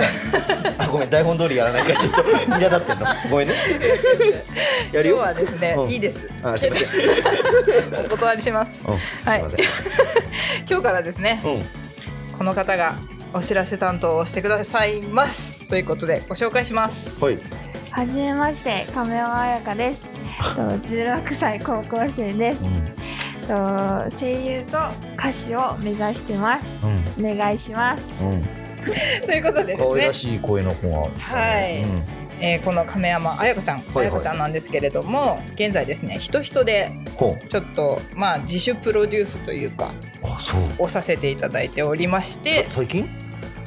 B: あ
A: あごめん台本通りやらないからちょっと 苛立ってんのごめ んねや
B: 今
A: る
B: 日
A: よ
B: はですね、
A: うん
B: いいです
A: あすいませ ん
B: お断りします
A: うん
B: はい
A: すいませ
B: 今日からですね
A: んうん
B: この方がお知らせ担当をしてくださいますということでご紹介します
A: はい
F: はじめまして、亀山彩香です。十六歳高校生です。と声優と歌手を目指してます。
A: うん
F: お願いします。
A: うん
B: ということで
A: 可愛
B: で
A: ら
B: すね
A: しい声の子が
B: はい
A: うん
B: えーこの亀山彩香ちゃん
A: はい
B: 彩香ちゃんなんですけれども現在ですね人人で
A: ほう
B: ちょっとまあ自主プロデュースというか
A: あそう
B: をさせていただいておりまして
A: 最近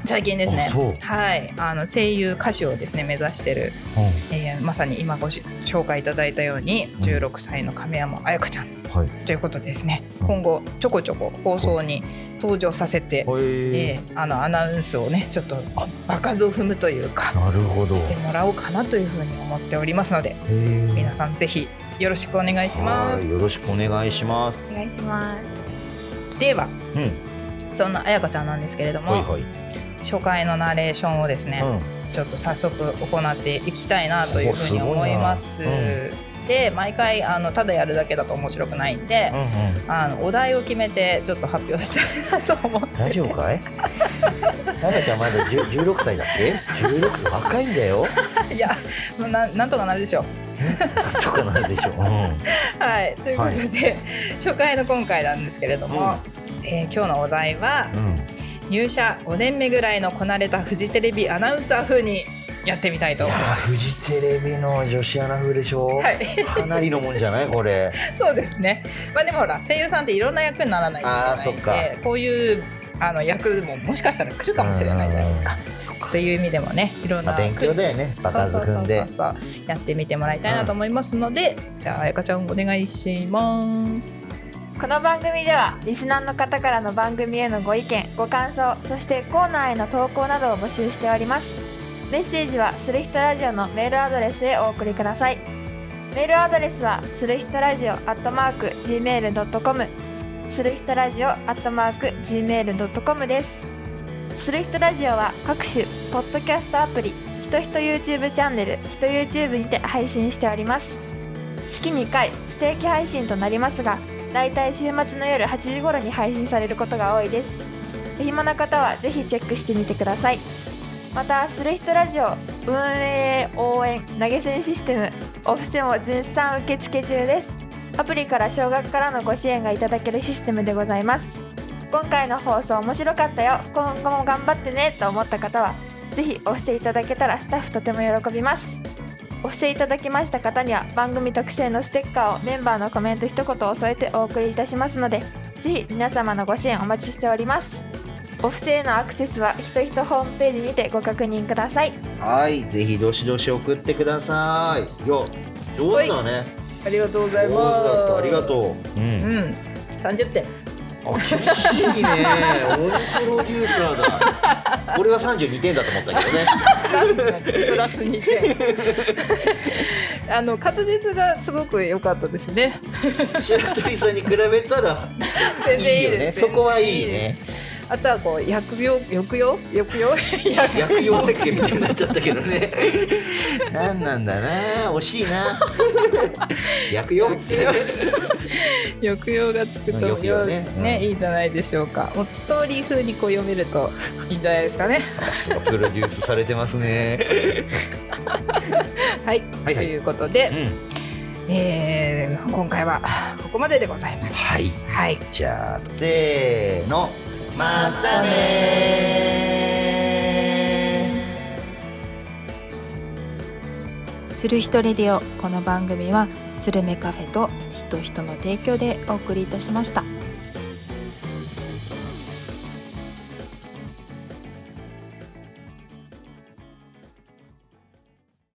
B: 最近です
A: あ
B: ね
A: そう
B: はいあの声優歌手をですね目指してる
A: うん
B: えーまさに今ごし紹介いただいたように16歳の亀山彩香ちゃん
A: はい
B: ということでですね、
A: うん
B: 今後ちょこちょこ放送に登場させて、
A: はい
B: えーあのアナウンスをねちょっと場数を踏むというか
A: なるほど
B: してもらおうかなというふうに思っておりますので皆
A: 皆
B: さんぜひよろしくお願いします。
A: よろしくお願いします
F: お願いします。
B: では
A: うん
B: そんな彩香ちゃんなんですけれども、
A: はいはい
B: 初回のナレーションをですね、ちょっと早速行っていきたいなというふうに思います。
A: おすごいな
B: で毎回あのただやるだけだと面白くないんで
A: う、んうんうん
B: あのお題を決めてちょっと発表したいなと思って
A: 大丈夫か い奈々ちゃんまだ10 16歳だっけ16歳若いんだ よ
B: いや、もうなん、なんとかなるでしょう。
A: なんとかなるでしょう、
B: はい、ということで、初回の今回なんですけれども。えー今日のお題は
A: うんうん
B: 入社5年目ぐらいのこなれたフジテレビアナウンサー風にやってみたい
A: い
B: と
A: や
B: 思いま
A: ーフジテレビの女子アナ風でしょ、
B: す。はい、
A: かなりのもんじゃないこ れ
B: そうですね。まあでもほら声優さんっていろんな役にならないといけないんで、こういうあの役ももしかしたら来るかもしれないじゃないですか。
A: そっか
B: という意味でもね、いろん
A: ま
B: な
A: あ、勉強だよね場数組んで
B: そうそうそうそうやってみてもらいたいなと思いますので、じゃあ彩香ちゃんお願いします。
F: この番組ではリスナーの方からの番組へのご意見、ご感想、そしてコーナーへの投稿などを募集しております。メッセージはスルヒトラジオのメールアドレスへお送りください。メールアドレスはスルヒトラジオアットマーク gmail.com スルヒトラジオアットマーク gmail.com です。スルヒトラジオは各種ポッドキャストアプリ、ひとひと YouTube チャンネル、ひと YouTube にて配信しております。月2回不定期配信となりますが、だいたい週末の夜8時頃に配信されることが多いですお暇な方はぜひチェックしてみてくださいまたスレヒトラジオ運営応援投げ銭システムお布施も絶賛受付中ですアプリから小学からのご支援がいただけるシステムでございます今回の放送面白かったよ今後も頑張ってねと思った方はぜひお布施いただけたらスタッフとても喜びますお布施いただきました方には番組特製のステッカーをメンバーのコメント一言を添えてお送りいたしますのでぜひ皆様のご支援お待ちしておりますお布施へのアクセスはひとひとホームページにてご確認ください
A: はいぜひどしどし送ってくださいいや上手だね
B: ありがとうござ
A: 上
B: い
A: 手
B: ます。
A: だったありがとう、うん
B: うん、三十点。
A: あ厳しいね鬼プロデューサーだ俺は32点だと思ったけどね
B: プラス2点。 あの滑舌がすごく良かったですね。
A: 白鳥さんに比べたら
B: 全
A: い
B: 然
A: い
B: いい
A: よ
B: で
A: ね
B: す。
A: そこはいい
B: 全然で
A: ね
B: す。あとはこう薬用抑揚抑 揚薬
A: 薬用石鹸みたいになっちゃったけどね何なんだな惜しいな薬用って
B: 抑揚がつくと
A: 抑揚ね
B: よ
A: うん
B: ねいいんじゃないでしょうかもうストーリー風にこう読めるといいんじゃないですかね
A: さすがプロデュースされてますね。
B: はい、
A: はいはい
B: ということで
A: う、ん。
B: えー今回はここまででございます
A: はい。
B: はい
A: じゃあ、せーの。またねー。
C: する人レディオこの番組はスルメカフェと人人の提供でお送りいたしました